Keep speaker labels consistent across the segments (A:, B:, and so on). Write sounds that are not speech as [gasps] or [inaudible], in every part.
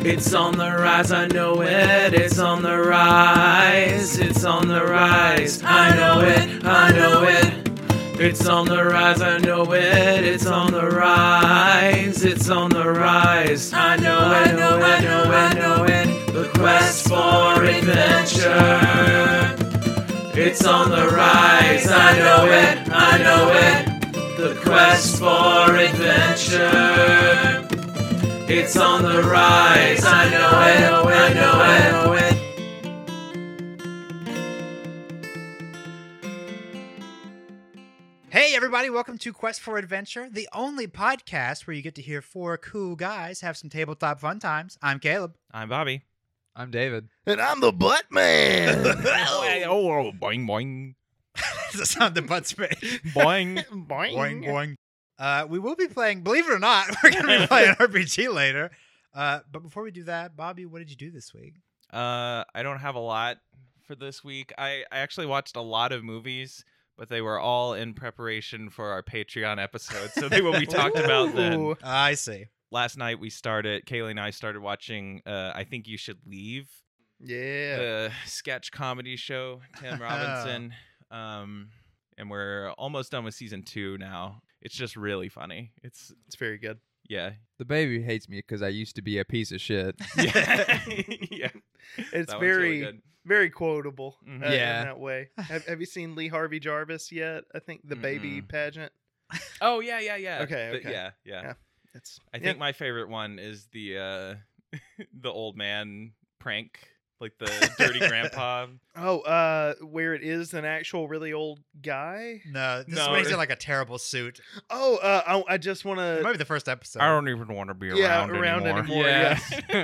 A: It's on the rise, I know it. It's on the rise. It's on the rise. I know it. I know it. It's on the rise, I know it. It's on the rise. It's on the rise. I know, I know, I know, I know it. The quest for adventure. It's on the rise, I know it. I know it. The quest for adventure. It's on the rise. I know it. I know it. I know it.
B: Hey, everybody, welcome to Quest for Adventure, the only podcast where you get to hear four cool guys have some tabletop fun times. I'm Caleb. [laughs]
C: I'm
D: [laughs]
C: Bobby.
E: I'm David.
D: And I'm the butt man.
C: oh, oh, boing, boing,
B: That's the sound the
E: [laughs]
B: butt spit.
D: [laughs]
C: boing.
B: boing, boing. Uh, we will be playing, believe it or not, [laughs] we're going to be
E: [laughs]
B: playing RPG later. Uh, but before we do that, Bobby, what did you do this week?
C: Uh, I don't have a lot for this week. I, I actually watched a lot of movies, but they were all in preparation for our Patreon episode, so they will be talked
D: [laughs]
C: about then.
B: Uh, I see.
C: Last night we started, Kaylee and I started watching uh, I Think You Should Leave,
D: yeah.
C: the sketch comedy show,
D: [laughs]
C: Tim Robinson. um, and we're almost done with season two now. It's just really funny. It's,
D: It's very good.
C: yeah.
E: The baby hates me because I used to be a piece of shit.
D: [laughs]
C: yeah. yeah.
D: It's
C: That one's really
D: very,
C: good.
D: very quotable
C: Mhm.
D: uh, in
E: Yeah.
D: that way. Have, have you seen Lee Harvey Jarvis yet? I think the baby pageant.
C: Oh yeah, yeah, yeah.
D: Okay,
C: The-
D: okay.
C: yeah, yeah,
D: Yeah. It's
C: I think my favorite one is the uh [laughs] the old man prank, like the
D: [laughs]
C: dirty grandpa.
D: Oh, uh, where it is an actual really old
B: [laughs]
D: guy.
B: No, this
C: No.
B: makes it like a terrible suit.
D: Oh, uh, I, I just want
B: It might
D: to.
B: be the first episode.
C: even want to be
D: Yeah, around around anymore. anymore,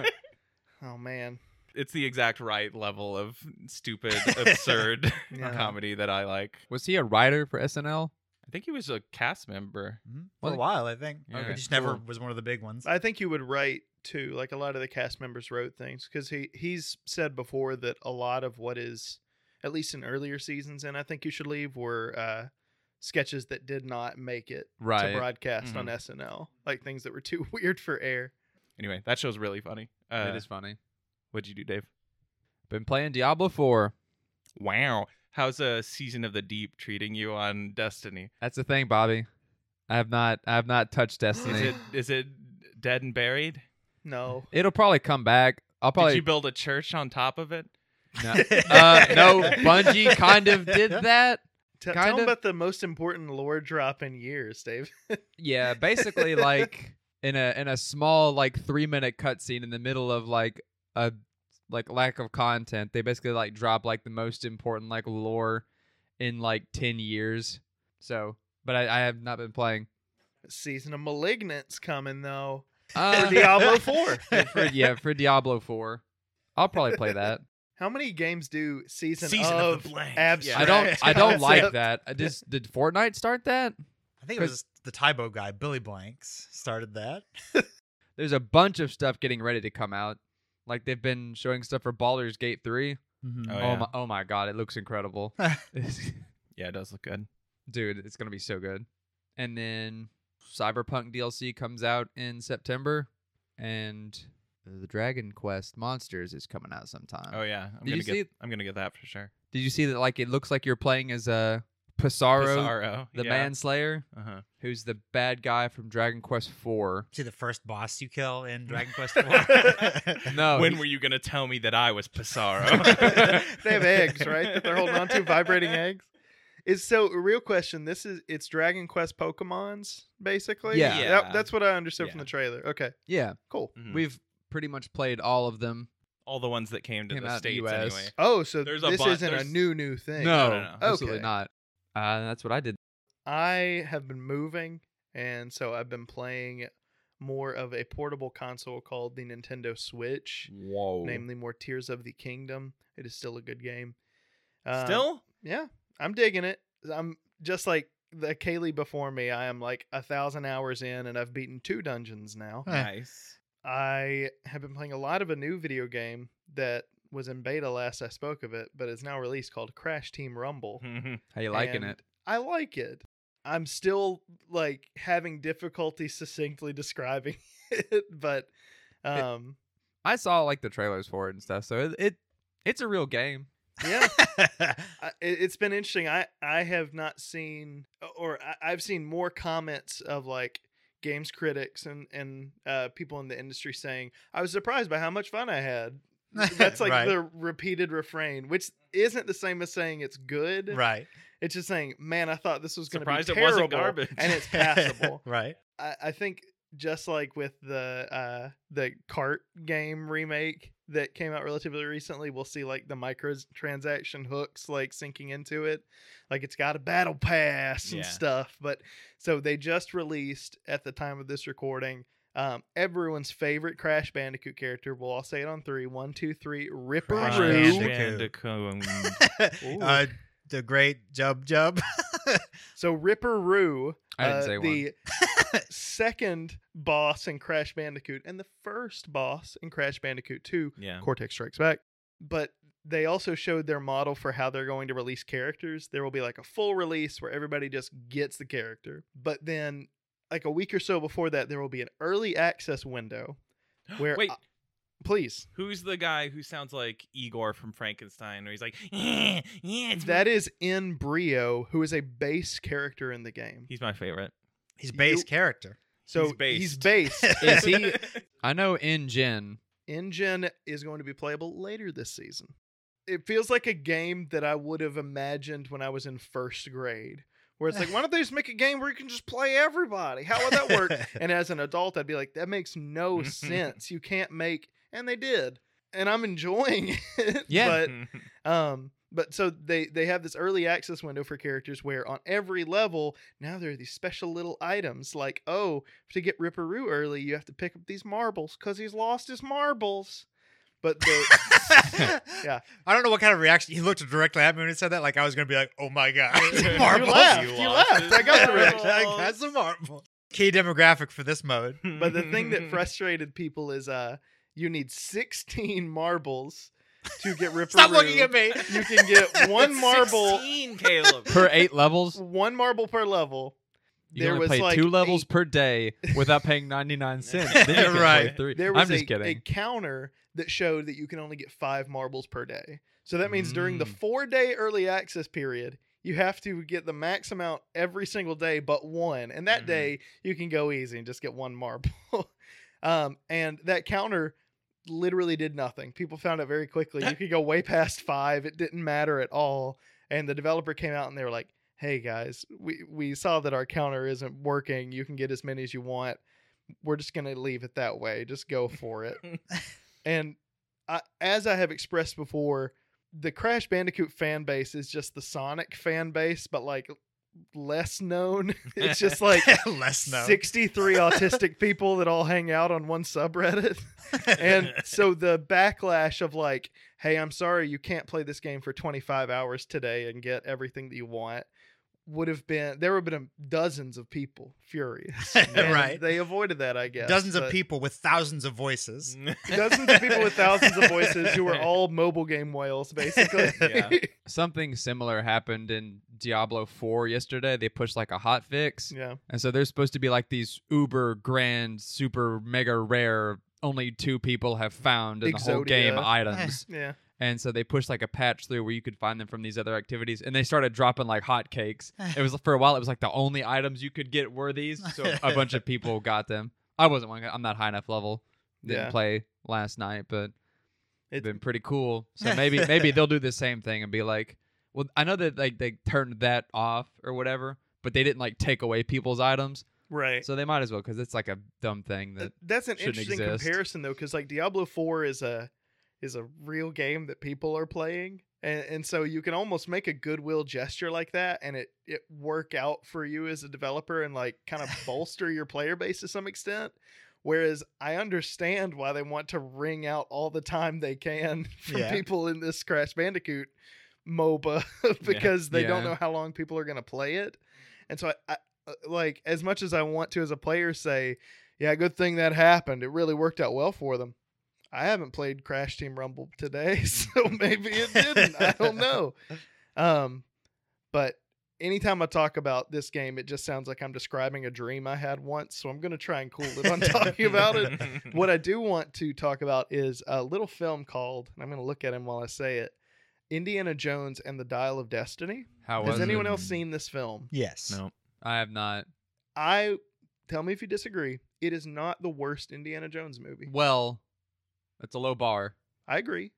D: Oh man,
C: [laughs] it's the exact right level of
D: [laughs]
C: stupid, absurd [laughs]
D: Yeah.
C: comedy that I like.
E: [laughs] Was he a writer for SNL?
C: I think he was a cast member.
B: Mhm. For a
E: Well,
B: while, I think.
C: yeah,
B: it just
E: cool.
B: never was one of the big ones.
D: I think you would write too. Like a lot of the cast members wrote things because he he's said before that a lot of what is at least in earlier seasons, and I think you should leave were uh, sketches that did not make it to
E: Right.
D: broadcast on SNL, like things that were too [laughs] weird for air.
C: Anyway, that show's really funny. Uh,
E: it is funny.
C: What'd you do, Dave?
E: Been playing Diablo 4.
C: Wow. How's a season of the deep treating you on Destiny?
E: That's the thing, Bobby. I have not I have not touched
C: Is
E: Destiny.
C: it is it dead and buried?
D: No,
E: It'll probably come back. I'll
C: Did
E: probably
C: you build a church on top of it?
E: no.
A: [laughs]
E: Uh, no, Bungie kind
B: [laughs]
E: of did that.
D: T-
E: Kind
D: tell him
E: of-
D: about the most important lore drop in years, Dave. [laughs]
E: Yeah, basically like in a in a small like three minute cutscene in the middle of like a like lack of content, they basically like drop like the most important like lore in like ten years. So but I, I have not been playing.
D: Season of Malignant's coming
C: [laughs]
D: though.
E: Uh,
D: For Diablo Four.
B: [laughs]
E: for, yeah, for Diablo four. I'll probably play that.
D: How many games do season,
C: Season of the
D: [laughs]
C: blank.
D: abstract?
E: I don't
B: [laughs]
E: I don't like
D: concept?
E: that. I just did Fortnite start that?
B: I think it was the Tybo guy, Billy Blanks, started that.
E: There's a bunch of stuff getting ready to come out. Like they've been showing stuff for Baldur's Gate 3.
C: Oh,
D: Mm-hmm.
E: Oh,
C: yeah.
E: my oh my god, it looks incredible. [laughs]
C: Yeah, it does look good.
E: Dude, it's going to be so good. And then Cyberpunk DLC comes out in September and the Dragon Quest Monsters is coming out sometime.
C: Oh yeah, I'm
E: Did
C: gonna
E: you
C: get.
E: see-
C: I'm gonna get that for sure.
E: Did you see that like it looks like you're playing as a Pissarro,
C: Pissarro,
E: the
C: yeah.
E: manslayer
C: Uh-huh.
E: who's the bad guy from Dragon Quest 4.
B: [laughs] See the first boss you kill in Dragon Quest IV.
E: No.
C: when were you gonna tell me that I was Pissarro?
D: [laughs] they
C: [laughs]
D: have eggs, right? That they're holding on to vibrating eggs. Is so a real question. This is it's Dragon Quest Pokemon's basically.
E: Yeah.
C: Yeah.
D: That- that's what I understood from
C: Yeah.
D: the trailer. Okay,
E: yeah,
D: cool.
C: Mhm.
E: we've pretty much played all of them.
C: All the ones that came to
E: Came
C: the
E: out in
C: states
E: US.
C: anyway.
D: Oh, so
C: There's a
D: this
C: bu-
D: isn't
C: there's-
D: a new new thing.
C: no, no.
E: absolutely
D: Okay.
E: not. Uh, that's what I did.
D: I have been moving, and so I've been playing more of a portable console called the Nintendo Switch,
C: Whoa.
D: namely more Tears of the Kingdom. It is still a good game. Um,
C: Still?
D: Yeah, I'm digging it. I'm just like the Kaylee before me. I am like a thousand hours in, and I've beaten two dungeons now.
B: Huh.
C: nice.
D: I have been playing a lot of a new video game that was in beta last I spoke of it, but is now released called Crash Team Rumble.
C: Mhm.
E: How you liking
D: And
E: it?
D: I like it. I'm still like [laughs] having difficulty succinctly describing it, but um,
E: I saw like the trailers for it and stuff, so it, it it's a real game.
D: Yeah, I, it- it's been interesting. I I have not seen, or I, I've seen more comments of like games critics and and uh, people in the industry saying, "I was surprised by how much fun I had." That's like
B: right.
D: the repeated refrain, which isn't the same as saying it's good.
B: [laughs] right.
D: It's just saying, "Man, I thought this was going to be
C: Surprised it
D: terrible,
C: wasn't garbage."
D: and it's passable."
B: right.
D: I, I think just like with the uh the cart game remake that came out relatively recently, we'll see like the microtransaction hooks like sinking into it. Like it's got a battle pass and
C: Yeah.
D: stuff. But so they just released at the time of this recording um, everyone's favorite Crash Bandicoot character. Well, I'll say it on three. One, two, three. Ripper
B: Crash
D: Roo.
B: Bandicoot. uh, the great Jub Jub. [laughs]
D: So Ripper Roo,
E: I didn't
D: uh,
E: say one.
D: the
E: [laughs]
D: second boss in Crash Bandicoot and the first boss in Crash Bandicoot 2
C: yeah.
D: Cortex Strikes Back. But they also showed their model for how they're going to release characters. There will be like a full release where everybody just gets the character. But then, like a week or so before that, there will be an early access
E: [gasps]
D: window [laughs] where.
C: Wait,
D: please.
C: who's the guy who sounds like Igor from Frankenstein? Or he's like, [laughs] yeah, yeah, it's
D: That is Embryo, who is a base character in the game.
C: He's my favorite.
B: He's base
D: You- [laughs]
B: character.
D: So
C: based.
D: he's based.
E: [laughs] Is he-
D: [laughs]
C: [laughs]
E: I know in Gen.
D: Engine is going to be playable later this season. It feels like a game that I would have imagined when I was in first grade, where it's like, why don't they just make a game where you can just play everybody? How would that work? and as an adult, I'd be like, that makes no sense. You can't make, and they did, and I'm enjoying [laughs] it.
E: Yeah.
C: [laughs]
D: but um, but so they they have this early access window for characters where on every level now there are these special little items like oh to get Ripperoo early you have to pick up these marbles because he's lost his marbles. But the,
B: [laughs] yeah. I don't know what kind of reaction. He looked directly at me when he said that. Like I was gonna be like, "Oh my god,
C: [laughs] You
B: marbles!"
D: laughed,
C: You
D: you
C: lost
D: laughed.
C: it.
D: I got
B: [laughs]
D: the
C: Marbles.
D: reaction.
B: I got some marble. Key demographic for this mode.
D: but the
B: [laughs]
D: thing [laughs] that frustrated people is uh you need sixteen marbles to get Ripperoo.
B: Stop looking at me.
D: You can
B: [laughs]
D: get one marble,
C: 16,
D: [laughs]
C: Caleb.
E: Per [laughs] eight levels,
D: one marble per level.
E: you can only play two levels per day without paying ninety
D: [laughs]
E: nine cents. Then you can play
B: Right.
E: three.
D: There was
E: I'm just
D: a,
E: kidding.
D: a counter that showed that you can only get five marbles per day. So that means during
E: Mm.
D: the four day early access period, you have to get the max amount every single day but one. And that
E: Mm-hmm.
C: Mhm.
D: day, you can go easy and just get one marble. [laughs] um, and that counter literally did nothing. People found out very quickly.
E: [laughs]
D: You could go way past five, it didn't matter at all. And the developer came out and they were like, hey guys, we, we saw that our counter isn't working. You can get as many as you want. We're just going to leave it that way. Just go
B: [laughs]
D: for it. and I, as I have expressed before, the Crash Bandicoot fan base is just the Sonic fan base, but like less known. [laughs] it's just like
B: [laughs] less known.
D: 63 autistic people that all hang out on one subreddit. And so the backlash of like, hey, I'm sorry you can't play this game for 25 hours today and get everything that you want would have been there would have been dozens of people
B: [laughs]
D: furious. And
B: right.
D: They avoided that, I
B: [laughs]
D: guess.
B: Dozens of [laughs]
D: but- Mm,
B: people with thousands of voices.
D: Dozens of people with thousands of voices
B: [laughs]
D: who are all mobile game whales, basically.
C: Yeah.
E: Something similar happened in Diablo Four yesterday. They pushed like a hot fix,
D: [laughs] yeah.
E: and so there's supposed to be like these uber grand, super mega rare, only two people have found in the whole game
D: Exodia.
E: items.
D: Yeah.
E: And so they pushed like a patch through where you could find them from these other activities, and they started dropping like hotcakes. It was for a while. It was like the only items you could get were these, so a bunch of people got them. I wasn't one. I'm not high enough level. Didn't
D: Yeah.
E: play last night, but
D: It-
E: it's been pretty cool. So maybe maybe they'll do the same thing and be like, well, I know that like they turned that off or whatever, but they didn't like take away people's items,
D: Right.
E: so they might as well because it's like a dumb thing
D: Uh,
E: that
D: that's an
E: shouldn't
D: interesting
E: exist.
D: comparison though because like diablo 4 is a is a real game that people are playing and, and so you can almost make a goodwill gesture like that and it it work out for you as a developer and like
E: [laughs]
D: kind of bolster your player base to some extent whereas i understand why they want to wring out all the time they can [laughs] from
B: Yeah.
D: people in this crash bandicoot moba [laughs] because they don't
E: Yeah.
D: know how long people are going to play it and so I, I uh, like as much as I want to as a player say, yeah, good thing that happened. It really worked out well for them. I haven't played Crash Team Rumble [laughs] today, so maybe it didn't. I don't know. Um, but anytime I talk about this game, it just sounds like I'm describing a dream I had once. So I'm going to try and cool it on talking
C: [laughs]
D: about it. [laughs] What I do want to talk about is a little film called, and I'm going to look at him while I say it Indiana Jones and the Dial of Destiny.
E: How was
D: Has
E: it?
D: anyone else seen this film?
B: Yes.
C: No.
E: I have not.
D: I tell me if you disagree. It is not the worst Indiana Jones movie.
E: Well, it's a low bar.
D: I agree.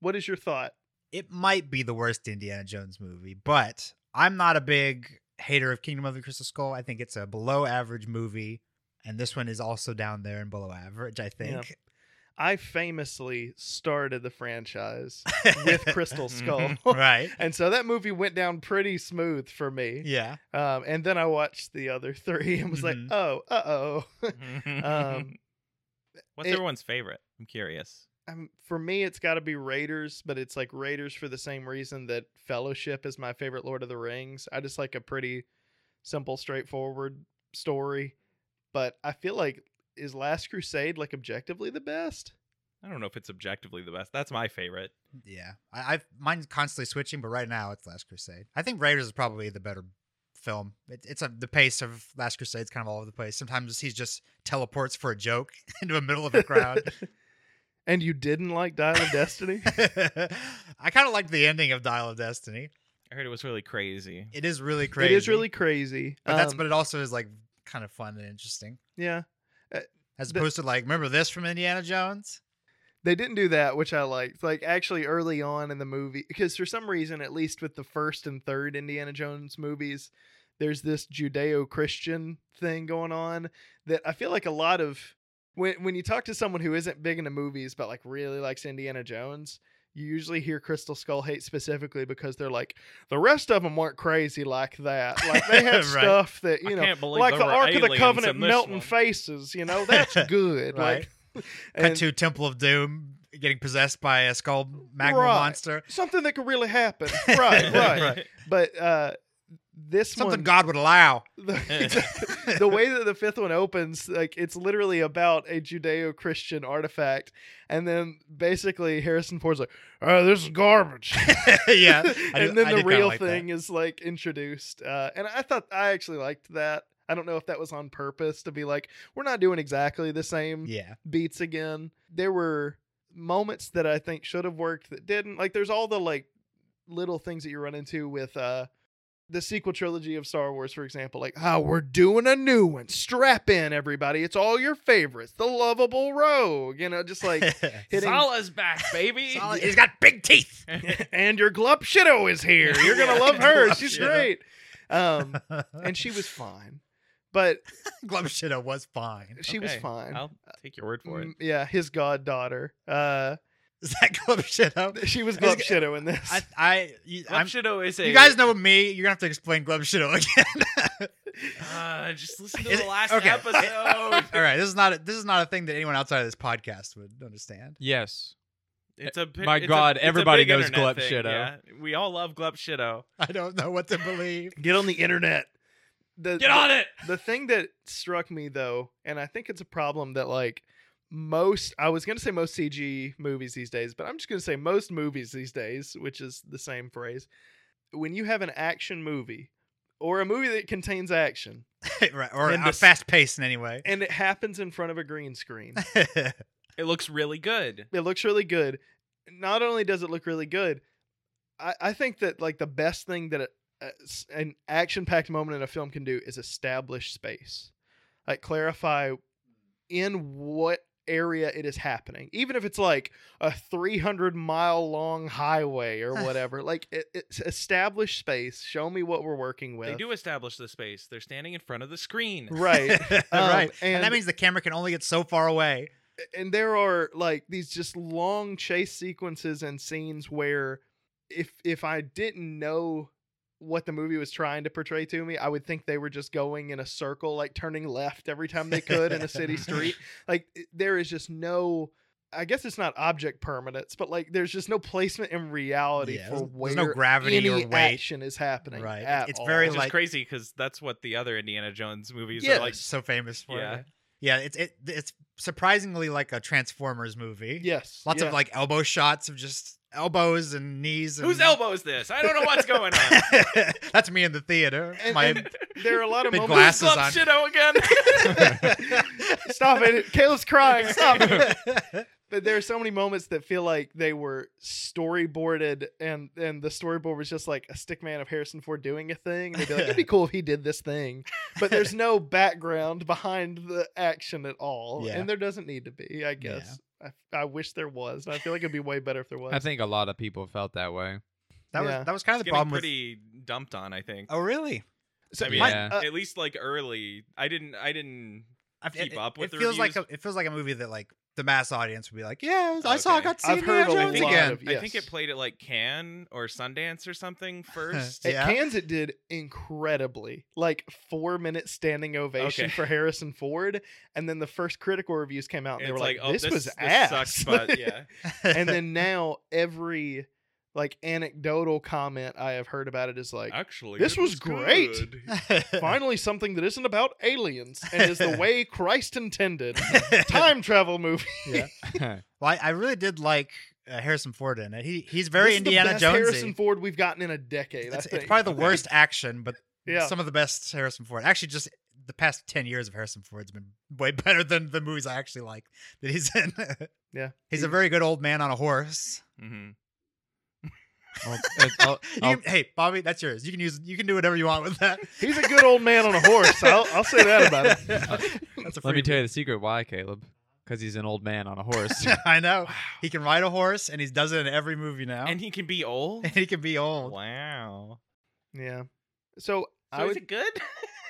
D: What is your thought?
B: It might be the worst Indiana Jones movie, but I'm not a big hater of Kingdom of the Crystal Skull. I think it's a below average movie, and this one is also down there and below average. I think.
D: I famously started the franchise
B: [laughs]
D: with Crystal Skull.
B: Mm-hmm. right.
D: [laughs] And so that movie went down pretty smooth for me.
B: Yeah.
D: Um, and then I watched the other three and was
B: Mhm.
D: like, oh, uh oh. [laughs]
B: [laughs]
D: um,
C: What's
D: it-
C: everyone's favorite? I'm curious.
D: um, for me, it's got to be Raiders, but it's like Raiders for the same reason that Fellowship is my favorite Lord of the Rings. I just like a pretty simple, straightforward story. But I feel like is Last Crusade like objectively the best?
C: I don't know if it's objectively the best. That's my favorite.
B: Yeah. I, I've mine's constantly switching, but right now it's Last Crusade. I think Raiders is probably the better film. It, it's a, the pace of Last Crusade's kind of all over the place. Sometimes he just teleports for a joke [laughs] into the middle of a crowd.
D: and you didn't like Dial
B: [laughs]
D: of Destiny?
B: I kind of like the ending of Dial of Destiny.
C: I heard it was really crazy.
B: It is really crazy.
D: It is really crazy.
B: but that's
D: Um,
B: but it also is like kind of fun and interesting
D: yeah.
B: as
D: the-
B: opposed to like remember this from Indiana Jones.
D: They didn't do that, which I liked. Like actually early on in the movie, because for some reason, at least with the first and third Indiana Jones movies, there's this Judeo-Christian thing going on that I feel like a lot of when when you talk to someone who isn't big into movies but like really likes Indiana Jones, you usually hear Crystal Skull hate specifically because they're like the rest of them weren't crazy like that. Like
B: [laughs]
D: they had
B: Right.
D: stuff that you
C: I
D: know,
C: can't believe
D: like
C: there
D: the
C: were
D: Ark of the
C: aliens
D: Covenant
C: in this [laughs]
D: melting
C: one.
D: faces. You
B: [laughs]
D: know, that's good.
B: Right.
D: Like,
B: Cut to Temple of Doom getting possessed by a skull magma
D: Right.
B: monster.
D: something that could really
B: [laughs]
D: happen. Right, right. But uh, this
B: Something
D: one,
B: God would allow.
D: [laughs]
B: [laughs]
D: the, the way that the fifth one opens, like it's literally about a Judeo-Christian artifact, and then basically Harrison Ford's like, "Oh, this is
B: [laughs]
D: garbage." [laughs]
B: yeah. I do-
D: and then
B: I
D: the
B: do kinda
D: real
B: like that.
D: thing is like introduced, uh, and I thought I actually liked that. I don't know if that was on purpose to be like, we're not doing exactly the same
B: Yeah.
D: beats again. There were moments that I think should have worked that didn't. Like there's all the like little things that you run into with uh the sequel trilogy of Star Wars, for example, like, oh, we're doing a new one. Strap in, everybody. It's all your favorites. The lovable rogue, you know,
B: [laughs]
C: [laughs]
D: just like hitting.
C: Sala's back, baby.
B: Solid- He's got big teeth.
D: and your Glup Shido is here. You're gonna love
C: [laughs]
D: her.
B: Glup
D: She's
C: oh."
B: Shido.
D: great. Um, [laughs]
B: [laughs]
D: and she was fine, but
B: Glumshita was fine. [laughs]
D: she was
C: Okay,
D: fine.
C: I'll take your word for it.
D: Mm, yeah, his goddaughter. Uh,
B: Is that Glumshita?
D: [laughs] she was
B: It's-
D: Glup Shido in this.
B: I, I, you,
C: Club
B: I'm,
C: Shido is a.
B: you guys know me. You're gonna have to explain Glumshita again. [laughs]
C: Uh, just listen to
B: Is
C: the
B: it-
C: last
B: okay.
D: [laughs]
C: episode.
B: All right, this is not a, this is not a thing that anyone outside of this podcast would understand.
E: Yes.
C: It's a bi-
E: My
C: it's a-
E: God,
C: it's a
E: everybody
C: big
E: knows
C: internet
E: Glup
C: thing,
E: Shido.
C: Yeah. We all love Glup Shido.
B: I don't know what to
D: [laughs]
B: believe.
D: Get on the internet. The,
C: Get on it.
D: The thing that struck me though, and I think it's a problem that like most I was gonna say most CG movies these days, but I'm just gonna say most movies these days, which is the same phrase. When you have an action movie or a movie that contains action
B: right, or
D: And
B: a
D: this-
B: fast pace in any way.
D: and it happens in front of a green screen,
C: It looks really good.
D: it looks really good. Not only does it look really good, I, I think that like the best thing that a- a- s- an action-packed moment in a film can do is establish space, like clarify in what area it is happening, even if it's like a 300 mile long
B: [laughs]
D: highway or whatever. like it, it's establish space. Show me what we're working with.
C: They do establish the space. They're standing in front of the screen.
D: [laughs] right.
B: [laughs]
D: Um,
B: right, and, that
D: and-
B: means the camera can only get so far away.
D: and there are like these just long chase sequences and scenes where if if I didn't know what the movie was trying to portray to me, I would think they were just going in a circle, like turning left every time they could in
B: [laughs]
D: a city street. Like it- there is just no I guess it's not object permanence, but like there's just no placement in reality
B: Yeah,
D: for
B: there's-
D: where
B: there's no gravity
D: any
B: or weight.
D: action is happening.
B: Right.
D: at
B: It's
D: all.
B: very
C: Which
B: like-
C: is crazy because that's what the other Indiana Jones movies
D: Yes.
C: are like.
B: so famous for
C: Yeah.
B: Yeah, it's it it's surprisingly like a Transformers movie.
D: Yes.
B: Lots
D: yeah.
B: of like elbow shots of just elbows and knees. And...
C: Whose elbow is this? I don't know what's
B: [laughs]
C: going on.
B: That's me in the theater.
D: And- [laughs]
B: My
D: and there are a lot
B: [laughs]
D: of
B: Big
D: moments.
B: glass.
C: Glasses
B: on.
C: shit out
D: [laughs]
C: again.
D: Stop it. Caleb's crying. Stop it. But there are so many moments that feel like they were storyboarded and and the storyboard was just like a stick man of Harrison Ford doing a thing. And they'd be like, it'd be cool if he did this thing. But there's no background behind the action at all.
B: Yeah.
D: And there doesn't need to be, I guess. I, I wish there was. And I feel like it'd be way better if there was.
E: I think a lot of people felt that way.
B: that
D: Yeah.
B: was that was kind of the
C: Getting
B: problem
C: pretty dumped on, I think.
B: with. Oh really?
D: so,
C: I mean,
D: my-
E: Yeah.
D: uh,
C: At least like early. I didn't. I didn't.
B: I
C: Keep
B: it,
C: up with
B: it
C: the
B: feels like a,
C: reviews. Oh,
B: it feels like a movie that like the mass audience would be like, yeah, I saw, I
C: Okay.
B: got to see
D: I've
B: Indiana
D: heard a
B: Jones
D: lot
B: again.
D: of-
C: I think
D: yes.
C: it played at like Cannes or Sundance or
D: [laughs]
C: something first.
D: At
B: Yeah.
D: Cannes, it did incredibly. Like four minute standing ovation
C: Okay.
D: for Harrison Ford, and then the first critical reviews came out, and they
C: It's
D: were like,
C: oh,
D: "This, was
C: this
D: ass."
C: sucks, but
D: [laughs]
C: yeah.
D: and
B: [laughs]
D: then now every like anecdotal comment I have heard about it is like,
C: Actually,
D: This
C: it
D: was great. [laughs]
C: good.
B: [laughs]
D: "Finally, something that isn't about aliens and is the way Christ intended."
B: [laughs]
D: Time travel movie.
E: [laughs]
B: Well, I, I really did like uh, Harrison Ford in it. He he's very
D: This is the
B: Indiana
D: best
B: Jonesy.
D: Harrison Ford we've gotten in a decade. I
B: it's, it's
D: think. [laughs]
B: probably the worst action, but
D: Yeah.
B: some of the best Harrison Ford. Actually, just the past ten years of Harrison Ford's been way [laughs] better than the movies I actually like that he's in. [laughs]
D: Yeah.
B: he's a very good old man on a horse.
C: Mhm.
E: Well, it-
B: [laughs]
E: I'll-
B: You
E: I'll-
B: can- hey, Bobby, that's yours. You can use. You can do whatever you want with that.
D: He's a good old man on a horse. I'll, I'll [laughs] say that about him.
B: [laughs] That's a
E: let me
B: freebie.
E: tell you the secret why, Caleb. Because he's an old man on a horse.
B: I know he can ride a horse, and he does it in every movie now.
C: And he can be
B: [laughs]
C: old.
B: And he can be old.
C: wow.
D: Yeah. So,
C: So
D: I
C: is
D: would
C: it good?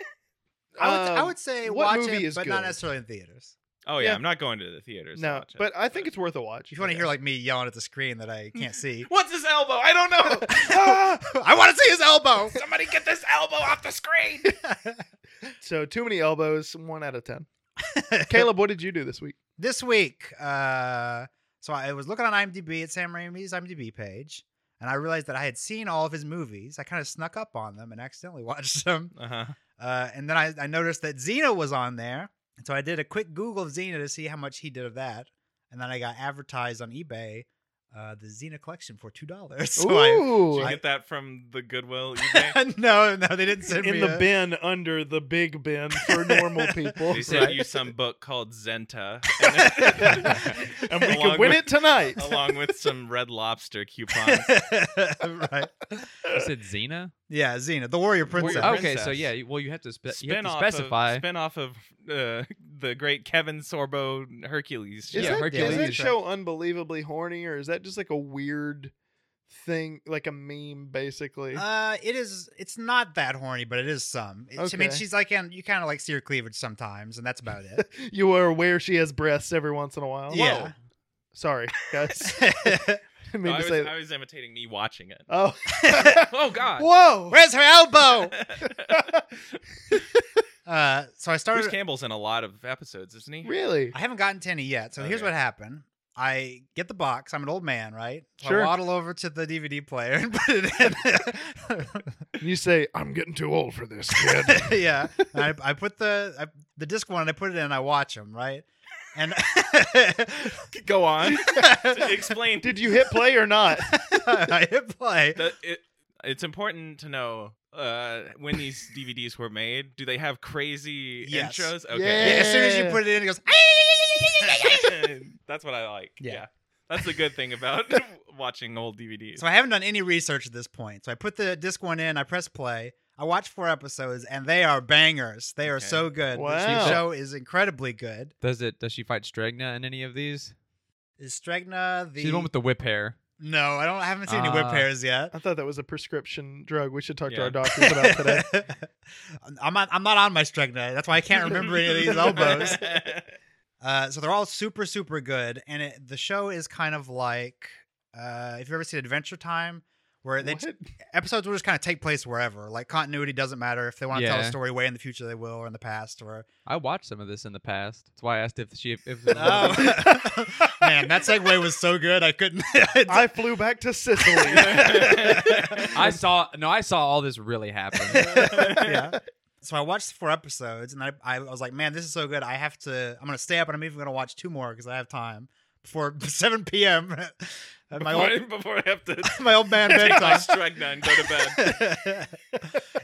D: [laughs]
B: I would. I
D: Um,
B: would say
D: what
B: watch it,
D: movie is
B: but
D: good?
B: not necessarily in theaters.
C: Oh yeah,
D: Yeah.
C: I'm not going to the theaters. to
D: No,
C: watch it,
D: but I think it's worth a watch.
B: If you want to hear like me yelling at the screen that I can't
D: [laughs]
B: see, [laughs]
C: What's his elbow? I don't know. [laughs] Oh,
B: I want to see his elbow.
D: [laughs]
B: [laughs]
C: Somebody get this elbow off the screen.
D: so too many elbows, one out
B: [laughs]
D: of ten. Caleb, what did you do this week?
B: this week, uh, so I was looking on IMDb at Sam Raimi's IMDb page, and I realized that I had seen all of his movies. I kind of snuck up on them and accidentally [laughs] watched them.
C: Uh huh.
B: Uh, and then I, I noticed that Xena was on there, and so I did a quick Google of Xena to see how much he did of that, and then I got advertised on eBay uh, the Xena collection for two dollars. [laughs] So I.
D: Ooh,
C: Did you
B: I-
C: get that from the
D: [laughs]
C: Goodwill eBay?
B: no, no, they didn't send
D: in
B: me
D: the
B: a-
D: bin under the big bin [laughs] for normal people.
C: they sent
D: right?
C: you some book called
D: [laughs]
C: Zenta, [laughs]
D: and we
C: along
D: can win
C: with-
D: it tonight.
C: [laughs] along with some Red Lobster
D: [laughs]
C: coupons.
B: [laughs] right.
E: you said Xena?
B: Yeah, Xena, the warrior princess.
C: Princess.
E: Okay, so yeah, you- well, you have to, spe- you have to
C: Spin-off
E: specify.
C: Of, spin off of uh, the great Kevin Sorbo Hercules.
D: Is,
C: show.
E: Yeah,
D: that,
E: Hercules.
D: is that
B: Yeah.
D: show unbelievably horny, or is that just like a weird thing, like a meme, basically?
B: Uh, it is. It's not that horny, but it is some. It- I mean,
D: Okay.
B: she's like, and you kind of like see her cleavage sometimes, and that's about it.
D: [laughs] you are aware she has breasts every once in a while.
B: Yeah.
D: Whoa. Sorry, guys.
B: [laughs]
D: [laughs] I
C: No,
D: mean
C: I,
D: to
C: was,
D: say
C: I
D: that.
C: was imitating me watching it. [laughs]
D: Oh, [laughs]
C: oh [laughs] God.
D: whoa!
B: Where's her elbow?
C: Bruce
B: Uh, so I started.
C: Campbell's in a lot of episodes, isn't he?
D: Really?
B: I haven't gotten to any yet. So here's
C: Okay.
B: what happened. I get the box. I'm an old man, right? So
D: Sure.
B: I waddle over to the DVD player and put it in. [laughs]
D: And you say, I'm getting too old for this, kid.
B: [laughs] yeah. And I, I put the I, the disc one. I put it in. and I watch them, right?
D: [laughs]
B: And
C: [laughs]
B: [laughs]
C: Go on. [laughs] Explain.
D: Did you hit play or not?
B: I hit play.
C: The- it- it's important to know uh, when these DVDs were made. Do they have crazy
B: Yes.
C: intros?
B: Yeah,
C: Okay.
B: as soon as you
D: Yeah.
B: put it in, it goes. [laughs]
C: [laughs] That's what I like.
B: Yeah.
C: Yeah. That's the good thing about
B: [laughs]
C: watching old DVDs.
B: So I haven't done any research at this point. So I put the disc one in, I press play, I watch four episodes, and they are bangers. They are
C: Okay.
B: so good.
D: Wow.
B: The show is incredibly good.
E: Does it? Does she fight Stregna in any of these?
B: Is Stregna the?
E: She's the one with the whip hair.
B: no, I don't. I haven't seen any whip
E: Ah.
B: hairs yet.
D: I thought that was a prescription drug we should talk to
C: Yeah.
D: our doctors about today.
B: I'm not. I'm not on my Stregna. That's why I can't remember any of
C: [laughs]
E: [laughs]
B: these elbows. Uh, so they're all super, super good, and it, the show is kind of like uh, if you've ever seen Adventure Time, where [laughs] they
D: What?
B: episodes will just kind of take place wherever. Like continuity doesn't matter if they want to tell a
E: Yeah.
B: story way in the future, they will, or in the past, or
E: I watched some of this in the past. That's why I asked if she. If [laughs]
B: [laughs] oh. [laughs] man, that segue was so good I couldn't. [laughs]
D: I flew back to Sicily. [laughs]
E: I saw no, I saw all this really happen.
B: [laughs] yeah. so I watched four episodes, and I, I was like, man, this is so good. I have to. I'm gonna stay up, and I'm even gonna watch two more because I have time before [laughs] 7 p.m. at my old,
C: before I have to
B: my old
C: [laughs]
B: man
C: take my
B: [laughs] bedtime.
C: stregna and go to
B: [laughs]
C: bed.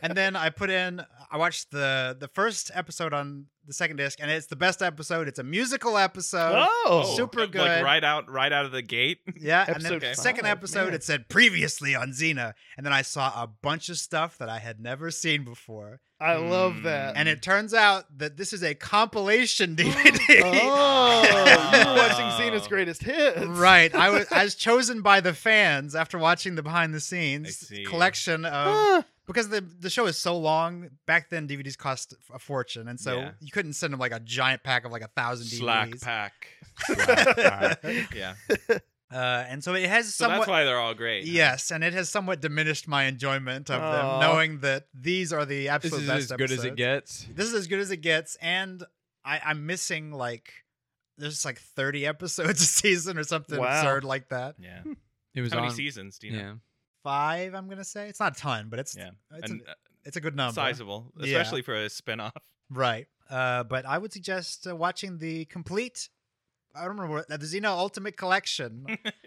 B: and then I put in I watched the the first episode on the second disc and it's the best episode. It's a musical episode.
D: oh,
B: super-
C: Like
B: good.
C: right out, right out of the gate.
B: Yeah, and then
D: Episode
B: the
D: five,
B: second episode
D: man.
B: it said previously on Xena and then I saw a bunch of stuff that I had never seen before.
D: I love that.
C: Mm.
B: And it turns out that this is a compilation [laughs] DVD.
D: [laughs] oh, you're [laughs] watching Xena's greatest
B: [laughs]
D: hits,
B: Right, I was I was chosen by the fans after watching the behind the scenes
C: see.
B: collection of
D: Huh.
B: because the the show is so long back then dvds cost a fortune and so
C: Yeah.
B: you couldn't send them like a giant pack of like a thousand
C: Slack
B: dvds
C: pack. Slack pack. Yeah.
B: [laughs] uh, and so it has
C: So
B: somewhat
C: that's why they're all great.
B: yes and it has somewhat diminished my enjoyment of them
D: Aw.
B: knowing that these are the
E: This
B: absolute
E: is
B: best
E: as good as it
B: episodes.
E: gets.
B: this is as good as it gets and I, i'm missing like there's like 30 episodes [laughs] a season or something
D: Wow.
B: absurd like that
C: Yeah.
E: It was
C: How many
E: on.
C: seasons do you know?
E: yeah.
B: five i'm gonna say it's not a ton but it's
C: Yeah.
B: it's,
C: and uh,
B: a, it's a good number
C: sizable,
B: Yeah.
C: especially for a spin-off.
B: Right. Uh, but I would suggest uh, watching the complete. I don't remember what- the Xeno
E: [laughs]
B: Ultimate Collection,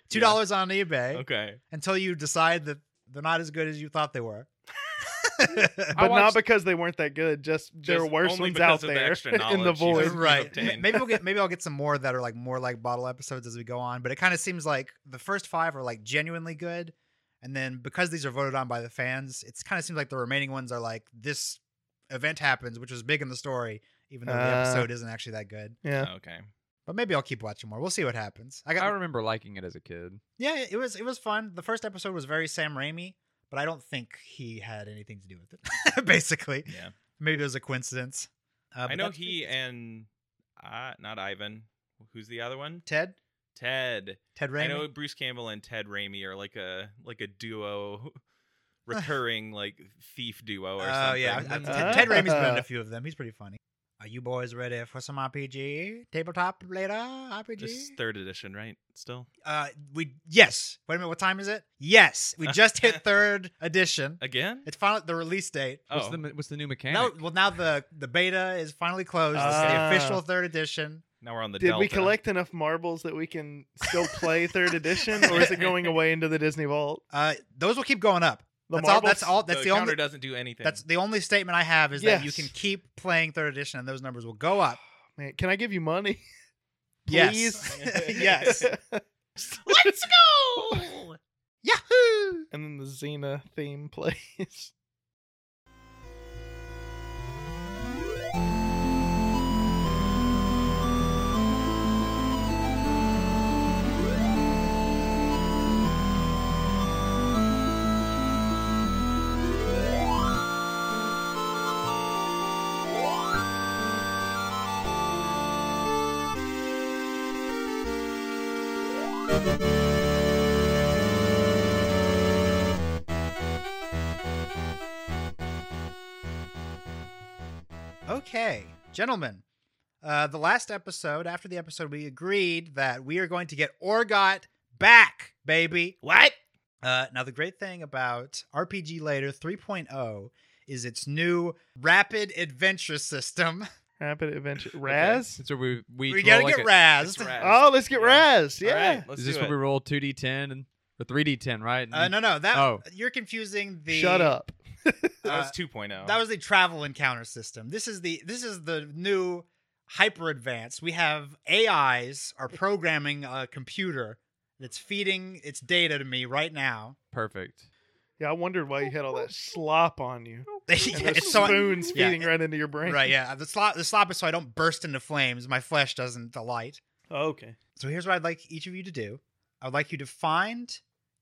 B: two dollars on eBay
C: Okay.
B: until you decide that they're not as good as you thought they
E: [laughs]
B: were. [laughs]
D: but not
E: watched-
D: because they weren't that good. Just there are
C: Just
D: worse
C: only
D: ones out
C: because of the
D: there
C: extra
D: [laughs] in the
C: knowledge you
D: void.
C: just-
B: right.
C: obtained.
B: Maybe we'll
C: [laughs]
B: get maybe I'll get some more that are like more like bottle episodes as we go on. But it kind of seems like the first five are like genuinely good, and then because these are voted on by the fans, it's kind of seems like the remaining ones are like this event happens, which was big in the story, even though the
D: Uh.
B: episode isn't actually that good.
D: Yeah.
C: Okay.
B: Uh, But maybe I'll keep watching more. We'll see what happens. I got
E: I remember liking it as a kid.
B: yeah, it was it was fun. The first episode was very Sam Raimi, but I don't think he had anything to do with it. [laughs] Basically,
C: Yeah.
B: maybe it was a coincidence. Uh,
C: I
B: but
C: know
B: that's-
C: he and uh, not Ivan. Who's the other one?
B: Ted
C: Ted.
B: Ted
C: I know
B: Raimi.
C: Bruce Campbell and Ted Raimi are like a like a duo, [laughs] recurring like thief duo
B: Oh
C: or something.
B: yeah, I- I-
C: That's- [laughs]
B: Ted, Ted Raimi's been in
D: [laughs]
B: a few of them. He's pretty funny. Are you boys ready for some RPG? Tabletop later RPG.
C: this is third edition, right? Still
B: Uh, we yes. Wait a minute. What time is it? Yes, we just
C: [laughs]
B: hit third edition.
C: again?
B: It's finally the release date.
E: What's
C: oh,
E: the what's the new mechanic?
B: No, well now the the beta is finally closed. It's the
D: Ah.
B: official third edition.
C: now we're on the
D: Did
C: Delta.
D: we collect enough marbles that we can still play third edition, or is it going away into the Disney vault?
B: Uh, those will keep going up.
D: The
B: that's all.
D: marbles?
B: That's all. That's the,
C: the, counter
B: only.
C: doesn't do anything.
B: That's the only statement I have is that you
D: Yes.
B: can keep playing third edition and those numbers will go up.
D: Man, can I give you money? [laughs]
B: Yes.
D: Please?
B: Yes. [laughs]
D: [laughs] Let's go.
B: Oh, Yahoo!
D: And then the Xena theme plays. [laughs]
B: Okay, gentlemen. Uh, the last episode, after the episode, we agreed that we are going to get Orgot back, baby.
C: what?
B: Uh, now, the great thing about RPG Later 3.0 is its new rapid adventure system. [laughs]
D: Rapid adventure. Raz.
E: It's where we we,
B: We
E: roll
B: gotta
E: like
B: get
E: a-
C: It's
B: razzed.
C: Raz.
D: Oh, let's get
C: Yeah.
D: Raz.
C: All
D: Yeah.
C: right, let's
E: Is this
C: do
E: where we
C: it.
E: roll two d ten and or three d ten, right?
B: Uh, no, no, that
E: Oh.
B: you're confusing the.
D: Shut up.
C: That
B: uh,
C: was oh. 2.0.
B: That was the travel encounter system. This is the this is the new hyper advanced. We have AIs are programming a computer that's feeding its data to me right now. [laughs]
E: Perfect.
D: Yeah, I wondered why you had all that slop
B: [laughs]
D: on you. And
B: Yeah,
D: those
B: it's so-
D: spoons
B: yeah,
D: feeding right into your brain.
B: right, yeah. The slop the slop is so I don't burst into flames. My flesh doesn't delight.
D: Oh, okay.
B: So here's what I'd like each of you to do. I would like you to find